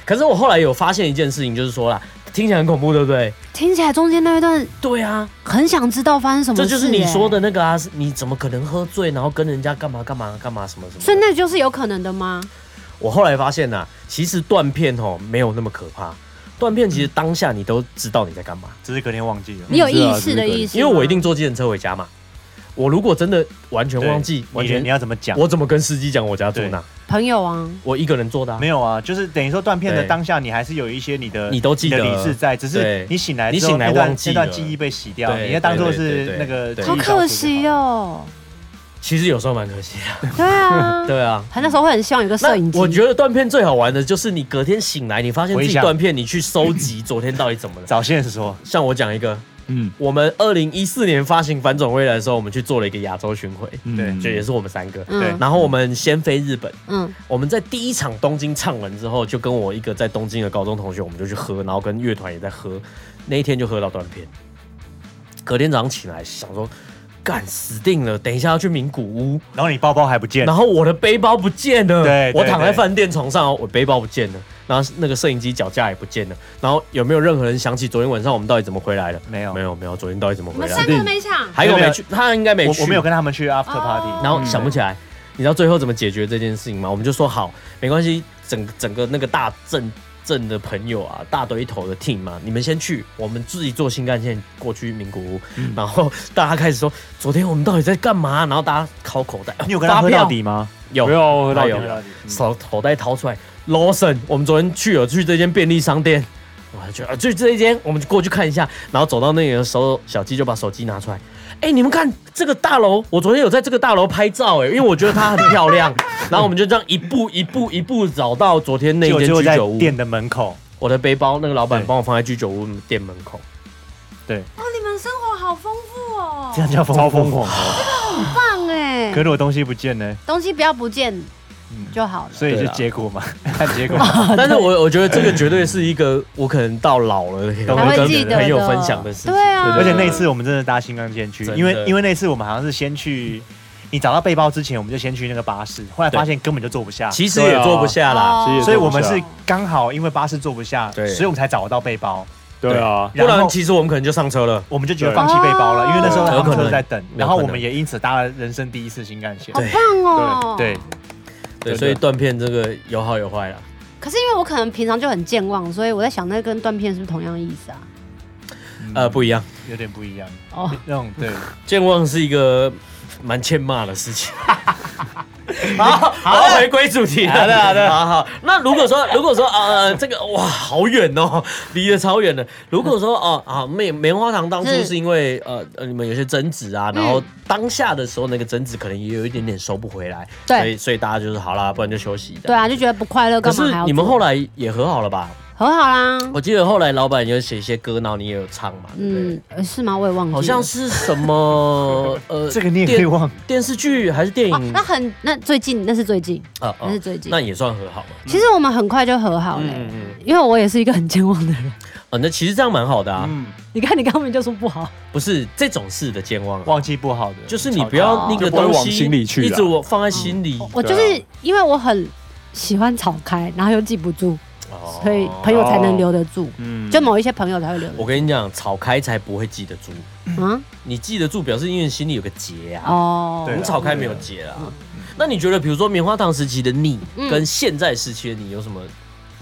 A: 可是我后来有发现一件事情，就是说啦，听起来很恐怖，对不对？
C: 听起来中间那一段
A: 对啊，
C: 很想知道发生什么事、
A: 这就是你说
C: 欸，
A: 的那个啊，是你怎么可能喝醉，然后跟人家干嘛干嘛干嘛什么什么？
C: 所以那就是有可能的吗？
A: 我后来发现呐、啊其实断片哦没有那么可怕，断片其实当下你都知道你在干嘛，
D: 只是隔天忘记了。
C: 你有意
B: 是
C: 识
B: 啊
C: 的意思
A: 因
C: 吗，
A: 为我一定坐计程车回家嘛。我如果真的完全
D: 对
A: 忘记，完
D: 你
A: 全
D: 你要怎么讲？
A: 我怎么跟司机讲我家住哪？
C: 朋友啊，
A: 我一个人做的、啊
D: 没。有啊，就是等于说断片的
A: 对
D: 当下，你还是有一些你的
A: 你都记得
D: 你的理智在，只是
A: 对
D: 你醒来
A: 你
D: 之后
A: 醒来
D: 那段
A: 忘记
D: 那段
A: 了
D: 记忆被洗掉，
A: 对
D: 你要当做
A: 对对
D: 是
A: 对
D: 那个
A: 对
D: 记
C: 好
D: 忆消除就好
C: 可惜。哦。
A: 其实有时候蛮可惜 的。
C: 对啊，
A: 对啊，
C: 他那时候会很希望有个摄影机。
A: 我觉得断片最好玩的就是你隔天醒来，你发现自
D: 回
A: 己
D: 想
A: 断片，你去收集昨天到底怎么了。
D: 找线索，
A: 像我讲一个，
B: 嗯，
A: 我们二零一四年发行《反转未来》的时候，我们去做了一个亚洲巡回，
D: 对
A: 就也是我们三个。
D: 对
C: 嗯
A: 然后我们先飞日本，
C: 嗯，
A: 我们在第一场东京唱完之后，就跟我一个在东京的高中同学，我们就去喝，然后跟乐团也在喝，那一天就喝到断片。隔天早上起来想说，干死定了，等一下要去名古屋，
D: 然后你包包还不见
A: 然，后我的背包不见了，
D: 对对
A: 我躺在饭店床上，我背包不见了，然后那个摄影机脚架也不见了，然后有没有任何人想起昨天晚上我们到底怎么回来的？
D: 没有
A: 没有，没有，昨天到底怎么
C: 我
A: 回
C: 们
A: 来
C: 三
A: 的？
C: 个都没抢，
A: 还有
D: 没有
A: 没去？他应该没
D: 我
A: 去，
D: 我没有跟他们去 after
C: 哦
D: party，
A: 然后想不起来，你知道最后怎么解决这件事情吗？我们就说好，没关系，整整个那个大阵阵的朋友啊，大堆头的 team 嘛，你们先去，我们自己坐新干线过去名古屋，
D: 嗯
A: 然后大家开始说昨天我们到底在干嘛？然后大家掏口袋，
D: 你有跟他
A: 发
D: 喝
A: 票
D: 到底吗？
A: 有
B: 不要喝到
A: 还
B: 底
A: 有
B: 嗯
D: 有啊
A: 手口袋掏出来，Lawson，我们昨天去有去这间便利商店，我还觉得啊就这一间，我们就过去看一下。然后走到那里的时候，小鸡就把手机拿出来，哎、你们看这个大楼，我昨天有在这个大楼拍照、哎，因为我觉得它很漂亮。然后我们就这样一步一步一步找到昨天那
D: 就
A: 间
D: 就
A: 居
D: 在
A: 酒屋。
D: 店的门口，
A: 我的背包，那个老板
D: 对
A: 帮我放在居酒屋店门 口。
C: 哦，你们生活好丰富哦
D: 这，样叫
B: 超
D: 疯
B: 疯
D: 疯
B: 狂
D: 狂。
C: 棒哎
D: 可，是我东西不见呢，
C: 东西不要不见就好了。
D: 所以
A: 对啊
D: 就
A: 啦
D: 结果嘛，看结果。
A: 但是我我觉得这个绝对是一个我可能到老了
D: 还
A: 会
D: 会
A: 跟
C: 记得的
A: 朋友分享的事情。
C: 对啊
A: 对对
D: 而且
A: 对
D: 那一次我们真的搭新干线去，
A: 真的
D: 因为因为那次我们好像是先去，你找到背包之前，我们就先去那个巴士，后来发现根本就坐不下，
A: 其实也坐不下啦。
C: 哦
B: 其实也
D: 所以我们
B: 坐不
D: 是
B: 下
D: 刚好因为巴士坐不下，所
A: 啊对
D: 以我们才找得到背包，
B: 对啊，
A: 不
D: 然
A: 然
D: 后
A: 其实我们可能就上车了。
D: 我们就觉得放弃背包了，
C: 对
D: 因为那时候他
A: 有
D: 们
A: 可能
D: 车在等，
A: 能
D: 然后我们也因此搭了人生第一次新干线
C: 好。棒哦！
D: 对，
A: 对，
B: 真的
A: 所以断片这个有好有坏啦。
C: 可是因为我可能平常就很健忘，所以我在想，那跟断片是不是同样的意思啊？
A: 呃，不一样，
D: 有点不一样，
C: 哦，
D: 那种对。
A: 健忘是一个蛮欠骂的事情。 好， 好，回归主题了。好的，好的，好好。那如果说，如果说，呃，这个哇，好远哦， 离得超远的。如果说，哦、啊，棉棉花糖当初
C: 是
A: 是因为呃，呃你们有些争执啊，然后
C: 嗯
A: 当下的时候那个争执可能也有一点点收不回来，
C: 对
A: 所以所以大家就是好啦，不然就休息的。
C: 对啊，就觉得不快乐，
A: 可
C: 干
A: 是
C: 嘛还要做？
A: 你们后来也和好了吧？
C: 很好啦，
A: 我记得后来老板有写一些歌，然后你也有唱嘛，对不对？
C: 嗯，呃是吗？我也忘记了，
A: 好像是什 么呃，
D: 这个你也可以
A: 电
D: 忘，
A: 电视剧还是电
C: 哦
A: 影
C: 那很那最近那是最近，
A: 啊
C: 那是最近
A: 那。也算和好了。
C: 其实我们很快就和好了，
A: 嗯
C: 因为我也是一个很健忘的人。
A: 啊，那其实这样蛮好的啊，
B: 嗯，
C: 你看，你刚刚就说不好，
A: 不是这种事的健忘啊，
D: 忘记不好的，
A: 就是你不要那个
B: 啊就不会
A: 东
B: 往
A: 西
B: 心里去啦啊
A: 一直我放在心里。
C: 我就是因为我很喜欢吵开，然后又记不住，
A: 哦
C: 所以朋友才能留得住。
B: 嗯
C: 就某一些朋友才会留得
A: 我
C: 住。
A: 跟你讲，吵开才不会记得住，
C: 嗯，
A: 你记得住表示因为心里有个结啊。
C: 哦，
A: 我
D: 对
A: 们吵开没有结啊。那你觉得，比如说棉花糖时期的你
C: 嗯
A: 跟现在时期的你有什么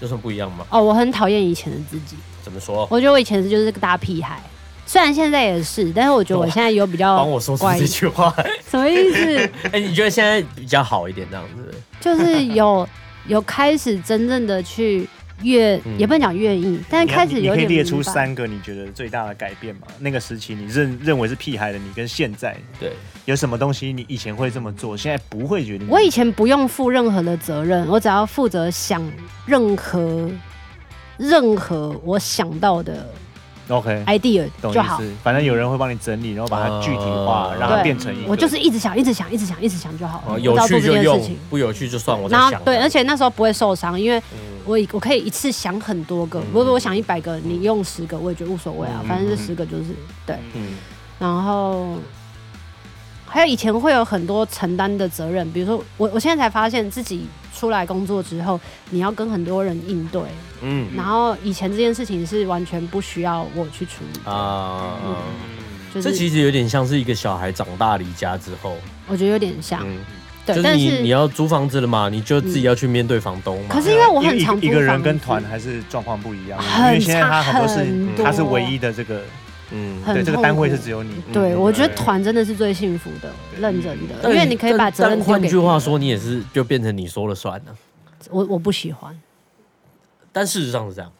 A: 有什么不一样吗？
C: 哦，我很讨厌以前的自己，
A: 怎么说？
C: 我觉得我以前就是个大屁孩，虽然现在也是，但是我觉得我现在有比较
A: 帮我说出
C: 哦乖
A: 这句话。
C: 什么意思？
A: 哎、你觉得现在比较好一点这样子？
C: 就是有有开始真正的去愿，
A: 嗯
C: 也不能讲愿意，但
D: 你
C: 是
D: 要
C: 开
D: 你
C: 始
D: 你
C: 有
D: 可以
C: 点
D: 列出
C: 明白
D: 三个你觉得最大的改变嘛？那个时期你认认为是屁孩的你，跟现在
A: 对，
D: 有什么东西你以前会这么做，现在不会
A: 嗯
D: 觉得你？
C: 我以前不用负任何的责任，我只要负责想任何任何我想到的
A: 嗯
D: OK，
C: idea
D: 懂
C: 就
D: 意
C: 好。
D: 思。反正有人会帮你整理，然后把它具体化，
A: 嗯
D: 让它
C: 对
D: 变成一个。
C: 我就是一直想，一直想，一直想，一直想就好了。
A: 哦
C: 我
A: 有
C: 只要做
A: 趣
C: 这
A: 就
C: 件事
A: 用
C: 情。，
A: 不有趣就算。我在
C: 然后
A: 想，
C: 对，而且那时候不会受伤，因为
A: 嗯
C: 我以我可以一次想很多个，不是我想一百个，你用十个我也觉得无所谓啊，
D: 嗯
C: 反正这
D: 嗯
C: 十个就是对。
A: 嗯，
C: 然后还有以前会有很多承担的责任，比如说我我现在才发现自己出来工作之后，你要跟很多人应对，
A: 嗯
C: 然后以前这件事情是完全不需要我去处理的，
A: 啊、
C: 嗯就
A: 这其
C: 是
A: 实有点像是一个小孩长大离家之后，
C: 我觉得有点像，
A: 嗯，
C: 对
A: 就，是
C: 但
A: 你你
C: 是嗯
A: 要租房子了嘛，你就自己要去面对房东嘛。
C: 可是因为我
D: 因为
C: 很
D: 啊
C: 常
D: 一个一个
C: 租
D: 人
C: 房
D: 跟
C: 子
D: 团还是状况不一样，
C: 很
D: 因为现在他
C: 差
D: 很多事
C: 很
A: 多
D: 他是唯一的这个，
A: 嗯
C: 很
D: 对这个
C: 痛
D: 单位
C: 苦
D: 是只有你。
C: 对，
A: 嗯
C: 我觉得
B: 对
C: 团真的是最幸福的，认真的，
A: 但
C: 因为你可以把责任
A: 但
C: 丢
A: 换
C: 给
A: 句
C: 别
A: 话
C: 人
A: 说，你也是就变成你说了算了。
C: 我我不喜欢。
A: 但事实上是这样，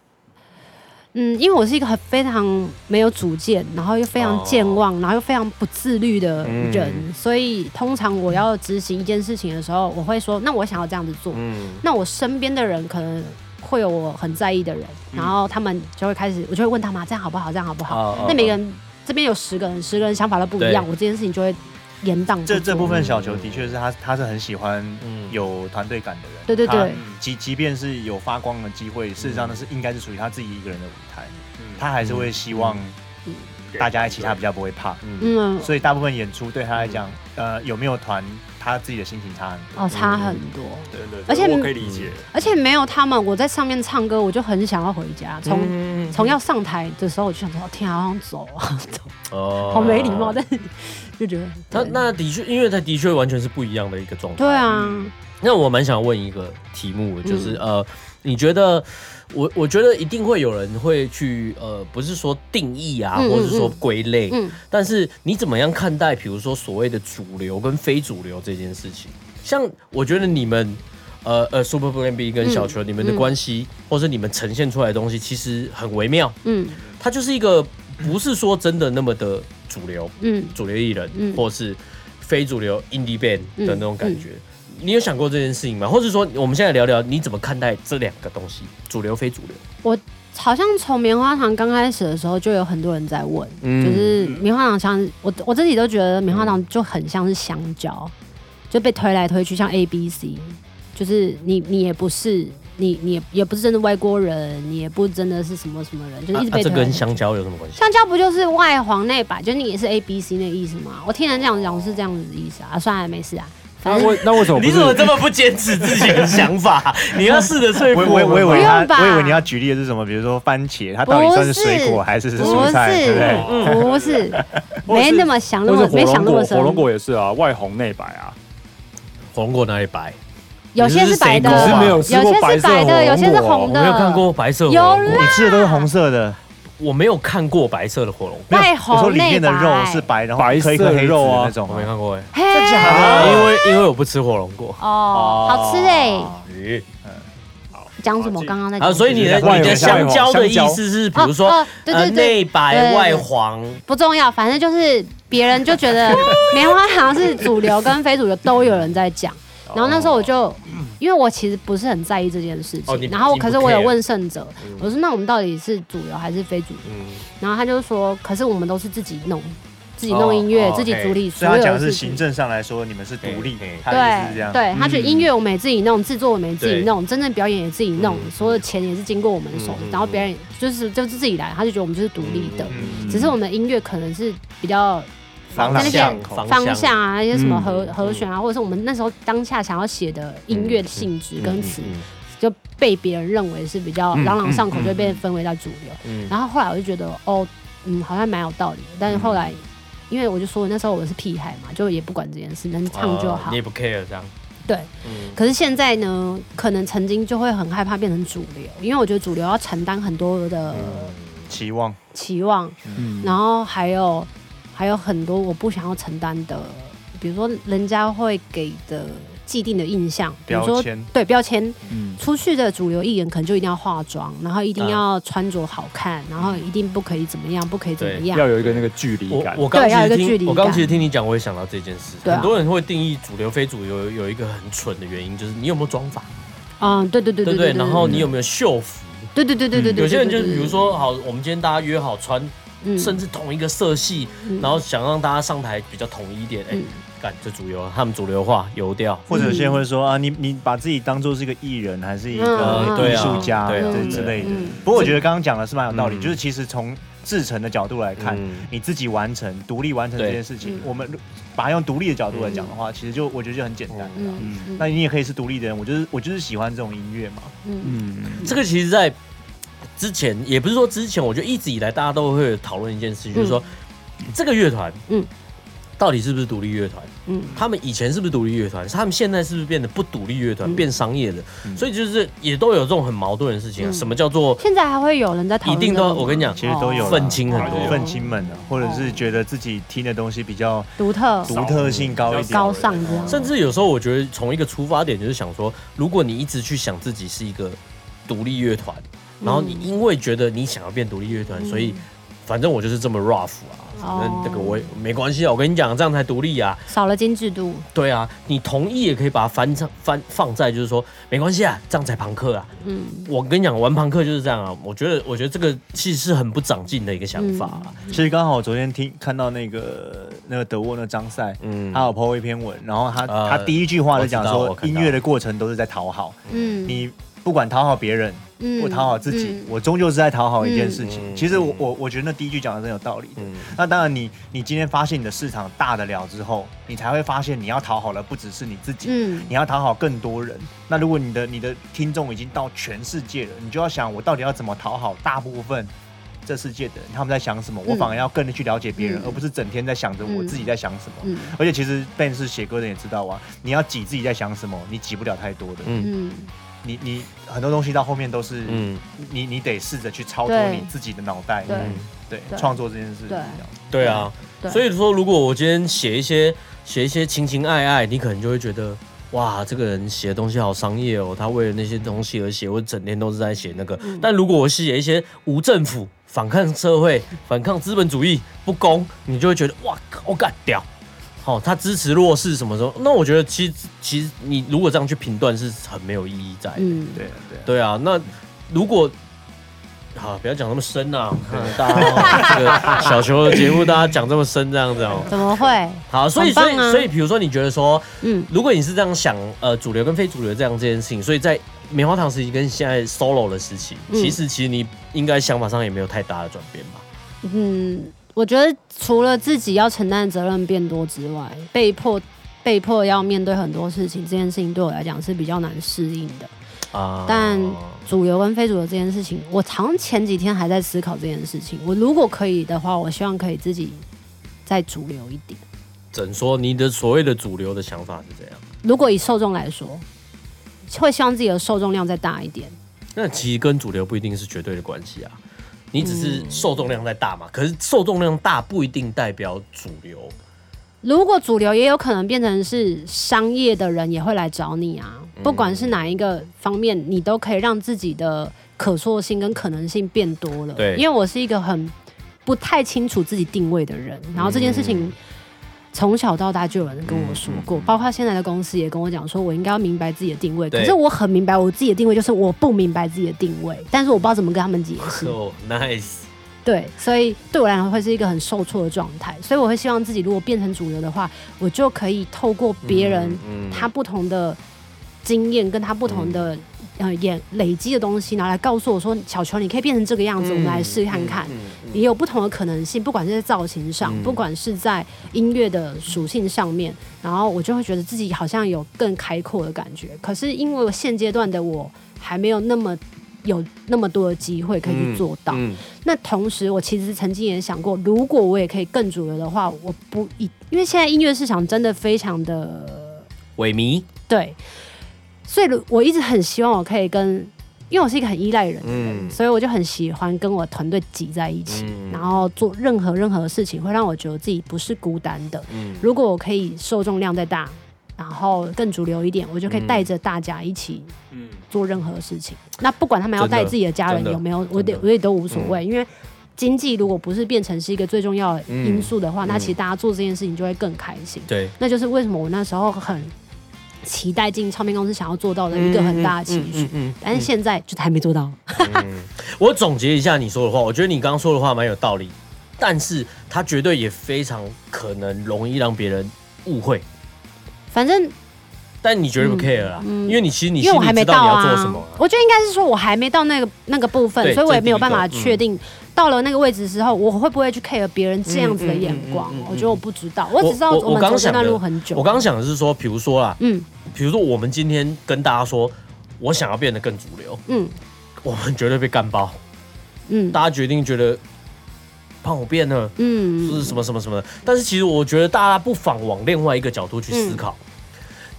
C: 嗯，因为我是一个很非常没有主见，然后又非常健忘，
A: 哦
C: 然后又非常不自律的人，
A: 嗯
C: 所以通常我要执行一件事情的时候，我会说，那我想要这样子做。
A: 嗯，
C: 那我身边的人可能会有我很在意的人，然后他们就会开始，我就会问他们啊这样好不好，这样好不
A: 嗯
C: 好？
A: 哦哦
C: 那每个人这边有十个人，十个人想法都不一样，
A: 对
C: 我这件事情就会延宕不
D: 这
C: 做。
D: 这部分小球的确是他，他是很喜欢
A: 嗯
D: 有团队感的人。
C: 对对
D: 他
C: 对，
D: 即即便是有发光的机会，事实上那是应该是属于他自己一个人的舞台，他还是会希望大家一起，他比较不会怕。
C: 嗯，
D: 所以大部分演出对他来讲，呃，有没有团，他自己的心情差很多。
C: 哦，差很多。
B: 真的，
C: 而且
B: 我可以理解，
C: 而且没有他们，我在上面唱歌，我就很想要回家。从
A: 嗯
C: 从要上台的时候，我就想说，天啊，好想走啊，走，
A: 哦
C: 好没礼貌，但是就觉得
A: 他
C: 对
A: 那的确，因为他的确完全是不一样的一个状态。
C: 对啊，
A: 那我蛮想问一个题目，就是、
C: 嗯
A: 呃，你觉得我我觉得一定会有人会去呃，不是说定义啊，
C: 嗯嗯
A: 或者是说归类，
C: 嗯
A: 但是你怎么样看待，比如说所谓的主流跟非主流这件事情？像我觉得你们。呃呃，Super Plan B 跟小球、你们的
C: 嗯
A: 关系，或是你们呈现出来的东西，其实很微妙。
C: 嗯
A: 它就是一个不是说真的那么的主流，
C: 嗯，
A: 主流艺人，
C: 嗯
A: 或是非主流 indie band
C: 嗯
A: 的那种感觉。你有想过这件事情吗？或者说，我们现在聊聊你怎么看待这两个东西，主流非主流？
C: 好像从棉花糖刚开始的时候，就有很多人在问，
A: 嗯
C: 就是棉花糖像我我自己都觉得棉花糖就很像是香蕉，就被推来推去，像 A B C，就是你你也不是。你你也也不是真的外国人，你也不真的是什么什么人，就是一直
A: 啊啊
C: 被推来推
A: 这
C: 去、
A: 跟香蕉有什么关系？
C: 香蕉不就是外黄内白，就是你也是 A B C 那个意思吗？我听人这样讲是这样子的意思啊，啊算了，没事啊，
B: 那
C: 反正。
B: 为那为什么 不
A: 你怎么
B: 是？
A: 这么不坚持自己的想 法？你要试着说服
D: 我我我
A: 们
D: 以为
C: 不
D: 他
C: 用，吧
D: 我以为你要举例的是什么，比如说番茄，它到底算是水
C: 不
D: 果
C: 是
D: 还是是
C: 不
D: 蔬
C: 是
D: 菜，对不对？
C: 不是， 没那么想那
B: 或是
C: 么
B: 火
C: 没想
B: 龙
C: 那
B: 果，
C: 么
B: 火
C: 深。
B: 龙果也是啊，外红内白啊。
A: 火龙果哪里白？
C: 有些是白的，
A: 你是
B: 没有
C: 有
B: 吃过
C: 些是
B: 白色
C: 白
B: 火龙
C: 的，有些是
B: 果
C: 红
A: 我
C: 的。
A: 没有看过白色火
C: 有
A: 龙
C: 啦
A: 果，
D: 你吃的都是红色的，
A: 我没有看过白色的火龙果，
D: 没有
C: 外
D: 我说
C: 红
D: 里面的
C: 内白
D: 肉是白，然后
B: 白
D: 颗一颗
B: 色
D: 黑
B: 肉
D: 子的
B: 啊
D: 那种
A: 我
D: 啊
A: 没。看过哎、
C: 嘿，
A: 因为因为我不吃火龙果。
C: 哦，好吃哎！
A: 咦
C: 讲什么？刚刚在
A: 啊，
C: 讲
A: 所以你的
B: 外
A: 你的
B: 外
A: 香蕉的意思是，比如说
C: 哦哦对对
A: 呃
C: 对
A: 内白
C: 对
A: 外黄，
C: 不重要，反正就是别人就觉得棉花糖是主流跟非主流都有人在讲。然后那时候我就，因为我其实不是很在意这件事
A: 哦你
C: 情，然后
A: 你不
C: 可是我有
A: care
C: 问圣者，我说那我们到底是主流还是非主流？
A: 嗯，
C: 然后他就说，可是我们都是自己弄，自己弄音乐
A: 哦，哦
C: 自己处理
D: 所
C: 所
D: 以
C: 有
D: 他
C: 的
D: 讲的
C: 事
D: 是
C: 情
D: 行。政上来说，你们是独立
A: 嗯，
D: 他的意思是这
C: 对
D: 样。
C: 对，他觉得音乐我们也自己弄，制作我们也自己
A: 对
C: 弄，真正表演也自己弄，
A: 嗯
C: 所有钱也是经过我们的手
A: 嗯，
C: 然后表演就是就是自己来，他就觉得我们就是独立的，
D: 嗯
C: 只是我们的音乐可能是比较
D: 朗朗
C: 在那些
A: 向
C: 方向啊，那些什么和
A: 嗯
C: 和弦啊，或者是我们那时候当下想要写的音乐性质跟词，
A: 嗯
C: 就被别人认为是比较朗朗上口，就被分为到主流。
A: 嗯
C: 然后后来我就觉得，哦，嗯，好像蛮有道理的。但是后来，因为我就说那时候我是屁孩嘛，就也不管这件事，能唱就
A: 哦
C: 好
A: 你。也不 care 这样，
C: 对，
A: 嗯
C: 可是现在
A: 嗯
C: 呢，可能曾经就会很害怕变成主流，因为我觉得主流要承担很多的
D: 期望，
C: 期望，
B: 嗯
C: 然后还有还有很多我不想要承担的，比如说人家会给的既定的印象，比如
D: 标
C: 说
D: 签
C: 对标签，
B: 嗯
C: 出去的主流艺人可能就一定要化妆，然后一定要穿着好看，然后一定不可以怎么样，不可以怎么样
B: 要。有一个那个距离
A: 我
B: 感。
A: 我刚
C: 对要有
A: 其
C: 一
A: 实
C: 个距离
A: 听我
C: 感
A: 刚其实听你讲，我也想到这件事。
C: 对啊
A: 很多人会定义主流非主流有有一个很蠢的原因，就是你有没有妆法，
C: 嗯，对对对
A: 对
C: 对
A: 不对？然后你
C: 有
A: 有没有秀服？
C: 对对对对对对，
A: 有些人就
C: 对嗯
A: 比如，说，好，我们今天大家约好穿，
C: 对对
A: 甚至同一个色系，
C: 嗯
A: 然后想让大家上台比较统一一点。哎
C: 嗯，
A: 干这主流啊，他们主流化油调。
D: 或者有些人会说啊，你你把自己当做是一个艺人，还是一
C: 嗯
D: 个
C: 对
D: 艺
C: 啊
D: 术家
A: 对啊
D: 这
A: 嗯
D: 之类的
C: 嗯。
D: 不过我觉得刚刚讲的是蛮有道理，
A: 嗯
D: 就是其实从制成的角度来看
A: 嗯，
D: 你自己完成、独立完成这件事情
C: 对，
D: 我们把它用独立的角度来讲的话，其实就我觉得就很简单的啊。
C: 嗯嗯
D: 那你也可以是独立的人，我就是我就是喜欢这种音乐嘛。
C: 嗯
B: 嗯
A: 这个其实，在之前也不是说之前，我觉得一直以来大家都会讨论一件事情，就是说这个乐团，嗯
C: 嗯，
A: 到底是不是独立乐团？
C: 嗯
A: 他们以前是不是独立乐团？他们现在是不是变得不独立乐团，
C: 嗯
A: 变商业的？
D: 嗯
A: 所以就是也都有这种很矛盾的事情啊。
C: 嗯
A: 什么叫做
C: 现在还会有人在讨论
A: 一定
C: 这个
A: 都？
C: 吗
A: 我跟你讲，
D: 其实都有啦
A: 愤青很
B: 多
D: 愤青们啊，或者是觉得自己听的东西比较
C: 独特
D: 独特性高一点，
C: 高尚这样，
A: 甚至有时候我觉得从一个出发点就是想说，如果你一直去想自己是一个独立乐团，然后你因为觉得你想要变独立乐团，所以反正我就是这么 rough 啊。反正这个我也没关系啊，我跟你讲，这样才独立啊。
C: 少了精致度，
A: 对啊，你同意也可以把它翻唱翻放在，就是说没关系啊，这样才朋克啊。
C: 嗯
A: 我跟你讲，玩朋克就是这样啊。我觉得，我觉得这个其实是很不长进的一个想法、啊。
D: 其实刚好我昨天听看到那个那个德沃那张赛，
A: 嗯，
D: 他有 po 一篇文，然后他、
A: 呃
D: 他第一句话就讲
A: 我
D: 说
A: 知，道
D: 音乐的过程都是在讨好，
C: 嗯，
D: 你不管讨好别人，
C: 嗯
D: 不讨好自己，
C: 嗯
D: 我终究是在讨好一件事情。
A: 嗯
D: 其实我
A: 嗯
D: 我我觉得那第一句讲的真有道理的。
A: 嗯
D: 那当然你，你今天发现你的市场大得了之后，你才会发现你要讨好的不只是你自己，
C: 嗯
D: 你要讨好更多人。那如果你的你的听众已经到全世界了，你就要想我到底要怎么讨好大部分这世界的人，他们在想什么，我
C: 嗯
D: 反而要更去了解别人，
C: 嗯
D: 而不是整天在想着我
C: 嗯
D: 自己在想什么。
C: 嗯
D: 而且其实 Ben 是写歌的也知道啊，你要挤自己在想什么，你挤不了太多的。
A: 嗯
C: 嗯
D: 你你很多东西到后面都是，
A: 嗯，
D: 你你得试着去超脱
C: 对
D: 你自己的脑袋，
C: 对
A: 嗯
D: 对
C: 对
D: 创作这件事情这
C: 对
D: 样。
A: 对啊。
C: 对
A: 所以说，如果我今天写一些写一些情情爱爱，你可能就会觉得。哇，这个人写的东西好商业哦，他为了那些东西而写，我整天都是在写那个。但如果我写一些无政府、反抗社会、 反抗资本主义、不公，你就会觉得哇靠，干屌！好、他支持弱势什么时候？那我觉得其实其实你如果这样去评断是很没有意义在的。
C: 嗯
D: 对啊对啊
A: 哎对啊，那如果好、不要讲那么深啊，
C: 嗯
A: 我看大家、 哦、这个小球的节目，大家讲这么深这样子哦。
C: 怎么会？
A: 好，所以、
C: 很
A: 所
C: 棒
A: 以
C: 啊
A: 所以，比如说你觉得说，
C: 嗯
A: 如果你是这样想，呃，主流跟非主流这样这件事情，所以在棉花糖时期跟现在 solo 的时期，
C: 嗯
A: 其实其实你应该想法上也没有太大的转变吧？
C: 嗯，我觉得除了自己要承担的责任变多之外，被迫被迫要面对很多事情，这件事情对我来讲是比较难适应的。
A: 啊、
C: 但主流跟非主流这件事情，我常前几天还在思考这件事情。我如果可以的话，我希望可以自己再主流一点。
A: 怎说你的所谓的主流的想法是怎样？
C: 如果以受众来说，会希望自己的受众量再大一点。
A: 那其实跟主流不一定是绝对的关系啊，你只是
C: 嗯
A: 受众量在大嘛，可是受众量大不一定代表主流。
C: 如果主流也有可能变成是商业的人也会来找你啊，
A: 嗯
C: 不管是哪一个方面，你都可以让自己的可塑性跟可能性变多了。
A: 对
C: 因为我是一个很不太清楚自己定位的人，
A: 嗯
C: 然后这件事情从小到大就有人跟我说
A: 嗯
C: 过，包括现在的公司也跟我讲说，我应该要明白自己的定位。
A: 对
C: 可是我很明白我自己的定位，就是我不明白自己的定位，但是我不知道怎么跟他们解释。
A: So nice，
C: 对，所以对我来讲会是一个很受挫的状态，所以我会希望自己如果变成主流的话，我就可以透过别人
A: 嗯
C: 他不同的经验跟他不同的、呃演累积的东西，拿来告诉我说，小球你可以变成这个样
A: 嗯
C: 子，我们来试看看。也有不同的可能性，不管是在造型上，
A: 嗯
C: 不管是在音乐的属性上面，然后我就会觉得自己好像有更开阔的感觉。可是因为我现阶段的我还没有那么有那么多的机会可以去做到，
A: 嗯
C: 那同时，我其实曾经也想过，如果我也可以更主流的话，我不一，因为现在音乐市场真的非常的
A: 萎靡，
C: 对，所以如我一直很希望我可以跟因为我是一个很依赖人的人，
A: 嗯
C: 所以我就很喜欢跟我团队挤在一起，
A: 嗯
C: 然后做任何任何事情，会让我觉得自己不是孤单的。
A: 嗯
C: 如果我可以受众量再大，然后更主流一点，我就可以带着大家一起
B: 嗯，
C: 做任何事情。那不管他们要
A: 真的
C: 带自己的家人
A: 真的
C: 有没有，我
A: 真
C: 得
A: 的嗯
C: 我也都无所谓，因为经济如果不是变成是一个最重要的因素的话，
A: 嗯
C: 那其实大家做这件事情就会更开心。
A: 对，
C: 那就是为什么我那时候很期待进唱片公司想要做到的一个很大的期许，
A: 嗯
C: 但是现在就还没做到。
A: 我总结一下你说的话，我觉得你刚刚说的话蛮有道理，但是他绝对也非常可能容易让别人误会。
C: 反正
A: 但你绝对不 care 啦，因为你其实你
C: 嗯因为
A: 心
C: 我
A: 里
C: 还没
A: 知
C: 到
A: 道你要
C: 啊
A: 做什么、啊。
C: 我觉得应该是说我还没到那个那个部分
A: 对，
C: 所以我也没有
A: 这是第一
C: 办
A: 个嗯
C: 法确定到了那个位置之后，我会不会去 care 别人这样子的眼光
A: 嗯嗯嗯嗯嗯嗯。
C: 我觉得我不知道，我只知道
A: 我我
C: 们
A: 刚
C: 走这
A: 想
C: 段
A: 的
C: 路很久。
A: 我刚刚想的是说，比如说啦，
C: 嗯
A: 比如说我们今天跟大家说，我想要变得更主流，
C: 嗯
A: 我们绝对被干爆。
C: 嗯
A: 大家决定觉得胖我变了，
C: 嗯
A: 是什么什么什么的。但是其实我觉得大家不妨往另外一个角度去
C: 嗯
A: 思考。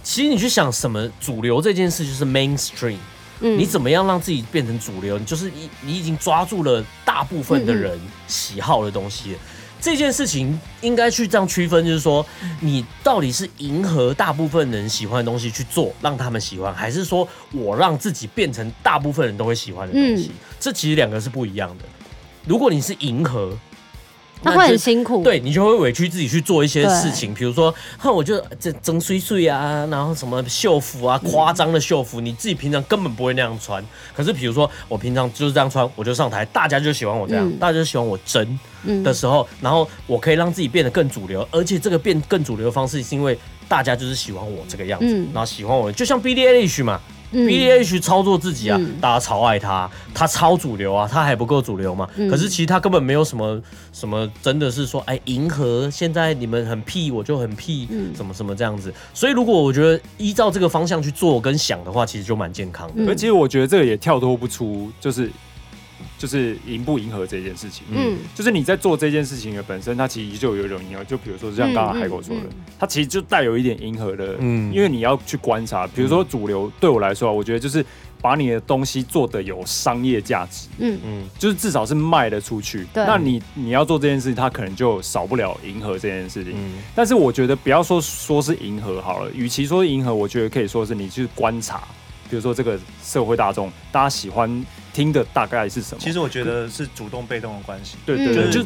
A: 其实你去想什么主流这件事，就是 mainstream，、
C: 嗯
A: 你怎么样让自己变成主流？你就是你你已经抓住了大部分
C: 嗯
A: 的人喜好的东西了。这件事情应该去这样区分，就是说你到底是迎合大部分人喜欢的东西去做，让他们喜欢，还是说我让自己变成大部分人都会喜欢的东西？
C: 嗯
A: 这其实两个是不一样的。如果你是迎合，
C: 那会
A: 就
C: 很辛苦。
A: 对你就会委屈自己去做一些事情，比如说，哼，我就这整碎碎啊，然后什么秀服啊，夸张的秀服，你自己平常根本不会那样穿。可是比如说，我平常就是这样穿，我就上台，大家就喜欢我这样，
C: 嗯
A: 大家就喜欢我真
C: 嗯
A: 的时候，然后我可以让自己变得更主流，而且这个变更主流的方式是因为大家就是喜欢我这个样子，
C: 嗯
A: 然后喜欢我，就像 B D H 嘛，B D
C: 嗯
A: H 操作自己啊，
C: 嗯
A: 大家超爱他，他超主流啊，他还不够主流嘛。
C: 嗯
A: 可是其实他根本没有什么什么，真的是说，哎，迎合现在你们很屁，我就很屁，
C: 嗯
A: 什么什么这样子。所以如果我觉得依照这个方向去做跟想的话，其实就蛮健康的。
C: 嗯
B: 而其实我觉得这个也跳脱不出，就是就是迎不迎合这件事情。
C: 嗯
B: 就是你在做这件事情的本身，它其实就有一种迎合。就比如说，就像刚刚海狗说的，
C: 嗯嗯
B: 它其实就带有一点迎合的，
A: 嗯
B: 因为你要去观察。比如说主流，对我来说啊，我觉得就是把你的东西做的有商业价值，
C: 嗯
A: 嗯
B: 就是至少是卖得出去。
C: 对
B: 那你你要做这件事情，它可能就少不了迎合这件事情。
A: 嗯
B: 但是我觉得不要说说是迎合好了，与其说是迎合，我觉得可以说是你去观察，比如说这个社会大众大家喜欢听的大概是什么。
D: 其实我觉得是主动被动的关系。
B: 对对
C: 嗯
B: 对，就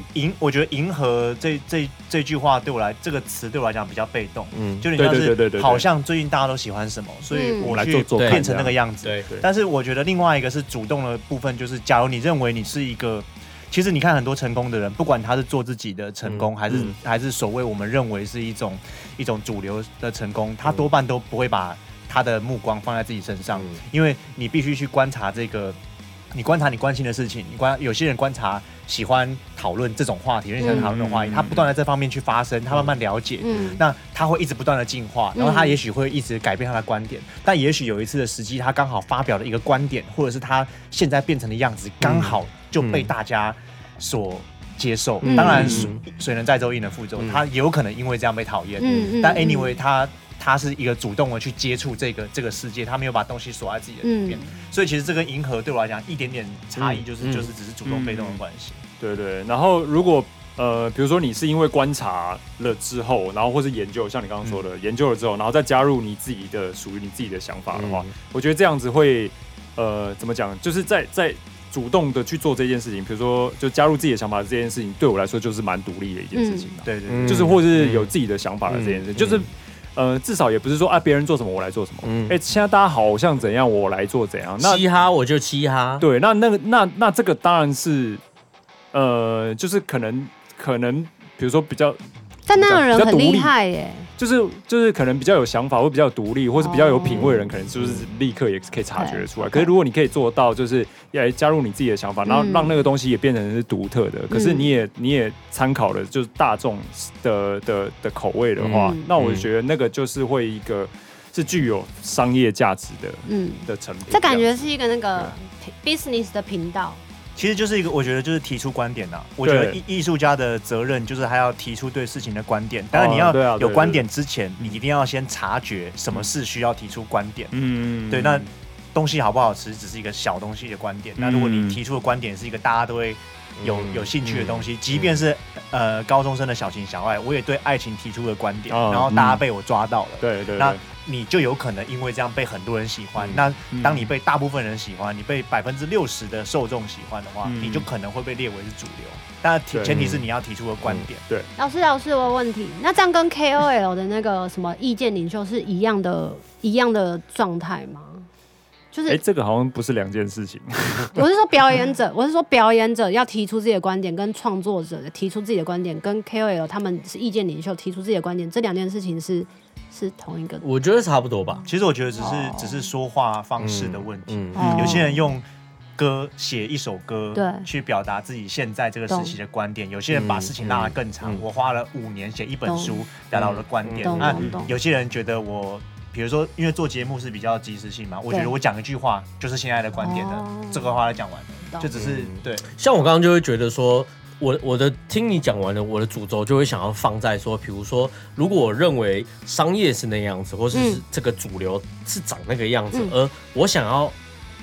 B: 嗯
D: 迎，我觉得迎合这这这句话对我来这个词对我来讲比较被动，
A: 嗯，
D: 就你像
B: 对对对对对对
D: 是好像最近大家都喜欢什么，所以
C: 嗯
B: 我
D: 我
B: 来
D: 去
B: 做做看
D: 变成那个样子。
A: 对
B: 对
D: 但是我觉得另外一个是主动的部分，就是假如你认为你是一个，其实你看很多成功的人，不管他是做自己的成功，还是、
B: 嗯
D: 还是所谓我们认为是一种一种主流的成功，
B: 嗯
D: 他多半都不会把他的目光放在自己身上，
A: 嗯
D: 因为你必须去观察这个。你观察你关心的事情，你观有些人观察喜欢讨论这种话题，有些人喜欢讨论这种话题，
B: 嗯
D: 他不断的在这方面去发声，他慢慢了解，
C: 嗯
D: 那他会一直不断的进化，然后他也许会一直改变他的观点，但也许有一次的时机，他刚好发表了一个观点，或者是他现在变成的样子，刚好就被大家所接受。
C: 嗯
D: 当然，
A: 嗯
D: 水水能载舟，亦能覆舟，
A: 嗯
D: 他有可能因为这样被讨厌。
C: 嗯嗯
D: 但
C: 嗯
D: anyway，他他是一个主动的去接触这个这个世界，他没有把东西锁在自己的里面，
C: 嗯
D: 所以其实这跟迎合对我来讲一点点差异，
A: 嗯
D: 就是、
A: 嗯
D: 就是只是主动被动的关系。
B: 对对。然后如果呃，比如说你是因为观察了之后，然后或是研究，像你刚刚说的，研究了之后，然后再加入你自己的属于你自己的想法的话，
A: 嗯
B: 我觉得这样子会呃怎么讲，就是在在。主动的去做这件事情，比如说就加入自己的想法这件事情，对我来说就是蛮独立的一件事情啊。
D: 对对对。
A: 嗯
B: 就是或是有自己的想法的这件事，
A: 嗯
B: 就是
A: 嗯
B: 呃，至少也不是说啊别人做什么我来做什么，哎、
A: 嗯
B: 现在大家好像怎样我来做怎样，那
A: 嘻哈我就嘻哈，
B: 对，那那个那那这个当然是呃，就是可能可能比如说比较
C: 但那样的人很
B: 比较独
C: 厉
B: 立
C: 害耶，
B: 就是就是可能比较有想法，或比较独立，或是比较有品味的人，
C: 哦
B: 可能就是立刻也可以察觉得出来。
C: 对
B: 可是如果你可以做到，就是也加入你自己的想法，然后
C: 嗯
B: 让那个东西也变成是独特的，可是你也你也参考了就是大众的的的口味的话
C: 嗯，
B: 那我觉得那个就是会一个是具有商业价值的
C: 嗯，
B: 的成品。
C: 这感觉是一个那个 business 的频道，
D: 其实就是一个，我觉得就是提出观点呐、我觉得
B: 对
D: 艺艺术家的责任就是还要提出对事情的观点。当然你要
B: 对啊对
D: 有
B: 对
D: 观点之前，你一定要先察觉什么事需要提出观点。
B: 嗯
D: 对，那东西好不好吃只是一个小东西的观点。那如果
B: 嗯
D: 你提出的观点是一个大家都会有、
A: 嗯
D: 有兴趣的东西，即便是呃高中生的小情小爱，我也对爱情提出了观点，
B: 哦
D: 然后大家
B: 嗯
D: 被我抓到了。
B: 对对
D: 那
B: 对，
D: 你就有可能因为这样被很多人喜欢。
A: 嗯
D: 那
B: 嗯
D: 当你被大部分人喜欢，你被百分之六十的受众喜欢的话，
B: 嗯
D: 你就可能会被列为是主流。但提
B: 对嗯
D: 前提是你要提出个观点。
C: 老师，老师，我有问题。那这样跟 KOL 的那个什么意见领袖是一样的，一样的状态吗？就是、
B: 哎，这个好像不是两件事情。
C: 我是说表演者，我是说表演者要提出自己的观点，跟创作者提出自己的观点，跟 KOL 他们是意见领袖提出自己的观点，这两件事情是是同一个。
A: 我觉得差不多吧。
D: 其实我觉得只是、
C: 哦
D: 只是说话方式的问题。
A: 嗯
C: 哦
D: 有些人用歌写一首歌，
C: 对
D: 去表达自己现在这个时期的观点；有些人把事情拉得更长，
A: 嗯嗯
D: 我花了五年写一本
C: 懂
D: 书，表达我的观点
C: 懂。
D: 那
C: 懂懂
D: 有些人觉得我。比如说，因为做节目是比较即时性嘛，我觉得我讲一句话就是现在的观点的
C: 哦，
D: 这个话就讲完了，
C: 懂
D: 就只是
A: 嗯
D: 对
A: 像我刚刚就会觉得说，我我的听你讲完了，我的主轴就会想要放在说，比如说，如果我认为商业是那样子，或是
C: 嗯
A: 这个主流是长那个样子，
C: 嗯
A: 而我想要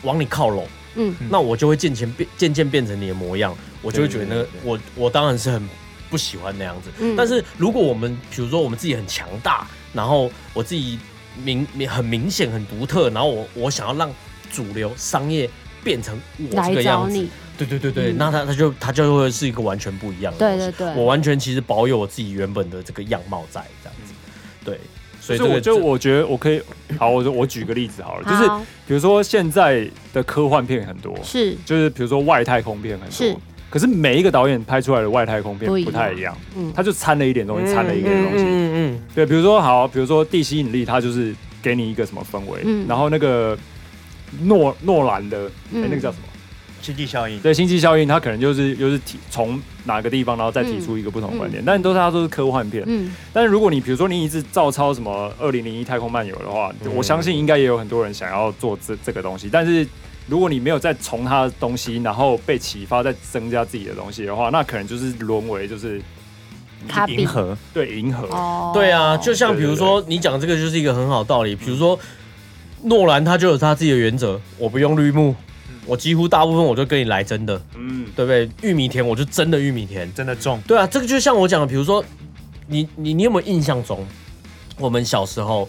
A: 往你靠拢，
C: 嗯
A: 那我就会渐渐变渐渐变成你的模样，我就会觉得那个
B: 对对对
A: 我我当然是很不喜欢那样子。
C: 嗯
A: 但是如果我们比如说我们自己很强大，然后我自己明明很明显很独特，然后我我想要让主流商业变成我
C: 来
A: 这个
C: 找
A: 样子
C: 你，，
A: 对对对对，
C: 嗯
A: 那他他就他就会是一个完全不一样的东
C: 对
A: 西。
C: 对对，
A: 我完全其实保有我自己原本的这个样貌在这样子，
C: 嗯
A: 对，所以
B: 就
A: 这个
B: 是我就我觉得我可以，好，我就我举个例子好了，就是
C: 好
B: 比如说现在的科幻片很多，
C: 是
B: 就是比如说外太空片很
C: 是
B: 多，可是每一个导演拍出来的外太空片
C: 不一
B: 不太
C: 样
B: 一样，
C: 嗯
B: 他就哎掺了一点东西，掺了一点东西。
A: 嗯
B: 对，比如说好，比如说地吸引力，它就是给你一个什么氛围，
C: 嗯
B: 然后那个诺诺兰的、哎，
C: 嗯
B: 那个叫什么？
D: 经济效应。
B: 对，星际效应，它可能就是又是提从哪个地方，然后再提出一个不同的观点，但都是它都是科幻片。
C: 嗯
B: 但是如果你比如说你一直照抄什么《二零零一太空漫游》的话，
A: 嗯
B: 我相信应该也有很多人想要做这这个东西。但是如果你没有再从他的东西，然后被启发，再增加自己的东西的话，那可能就是沦为就是
C: 卡比
D: 银河，
B: 对迎合。
C: 哦
A: 对啊，就像比如说你讲这个就是一个很好道理，比如说诺兰他就有他自己的原则，我不用绿幕，我几乎大部分我就跟你来真的，
B: 嗯，
A: 对不对？玉米田我就真的玉米田，
D: 真的重，
A: 对啊，这个就像我讲的，比如说，你你你有没有印象中，我们小时候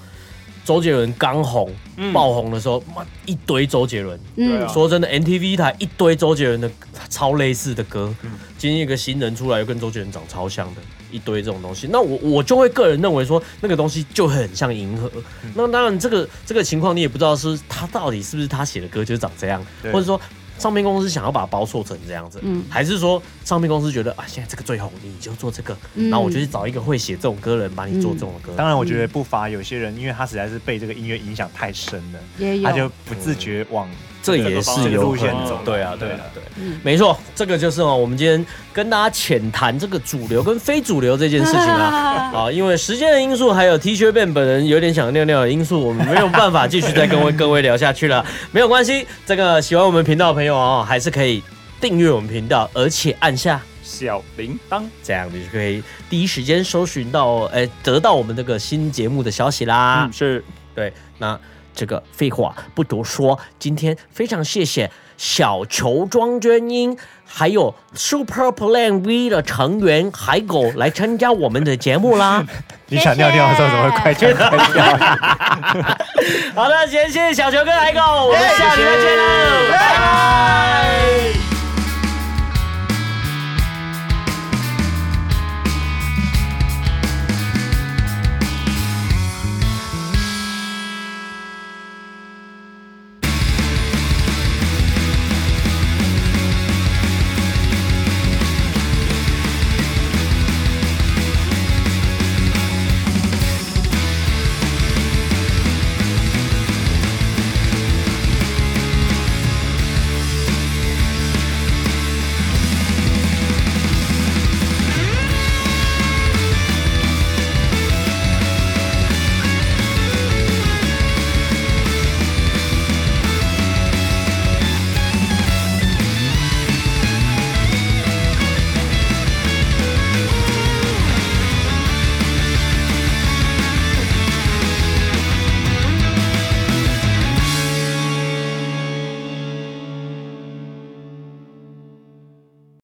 A: 周杰伦刚红、
B: 嗯
A: 爆红的时候，妈一堆周杰伦。
B: 对
C: 嗯
B: 啊
A: 说真的，MTV 台一堆周杰伦的超类似的歌，
B: 嗯
A: 今天一个新人出来又跟周杰伦长超像的，一堆这种东西，那我我就会个人认为说，那个东西就很像银河。
B: 嗯
A: 那当然，这个这个情况你也不知道是他到底是不是他写的歌就是长这样，
D: 对
A: 或者说唱片公司想要把它包错成这样子，
C: 嗯
A: 还是说唱片公司觉得啊，现在这个最红，你就做这个，
C: 嗯
A: 然后我就去找一个会写这种歌的人帮你做这种歌。
D: 当然我
C: 嗯
D: 觉得不乏有些人，因为他实在是被这个音乐影响太深了，
C: 也有
D: 他就不自觉往
A: 嗯这也是有可
D: 这个
A: 能
D: 路线走
A: 对啊，对啊，对
C: 嗯，
A: 没错，这个就是哦，我们今天跟大家浅谈这个主流跟非主流这件事情 啊，啊，因为时间的因素，还有 T 恤变本人有点想尿尿的因素，我们没有办法继续再跟各位聊下去了， 没有关系，这个喜欢我们频道的朋友哦，还是可以订阅我们频道，而且按下。
B: 小铃铛。
A: 这样你就可以第一时间搜寻到，哎、得到我们这个新节目的消息啦。
B: 嗯，是
A: 对，那这个废话不多说，今天非常谢谢小球庄娟英，还有 Super Plan V 的成员海狗来参加我们的节目啦。
D: 你想尿尿的时候怎么会快点？
A: 好的，先谢谢小球跟海狗，我们下礼拜见喽，拜拜。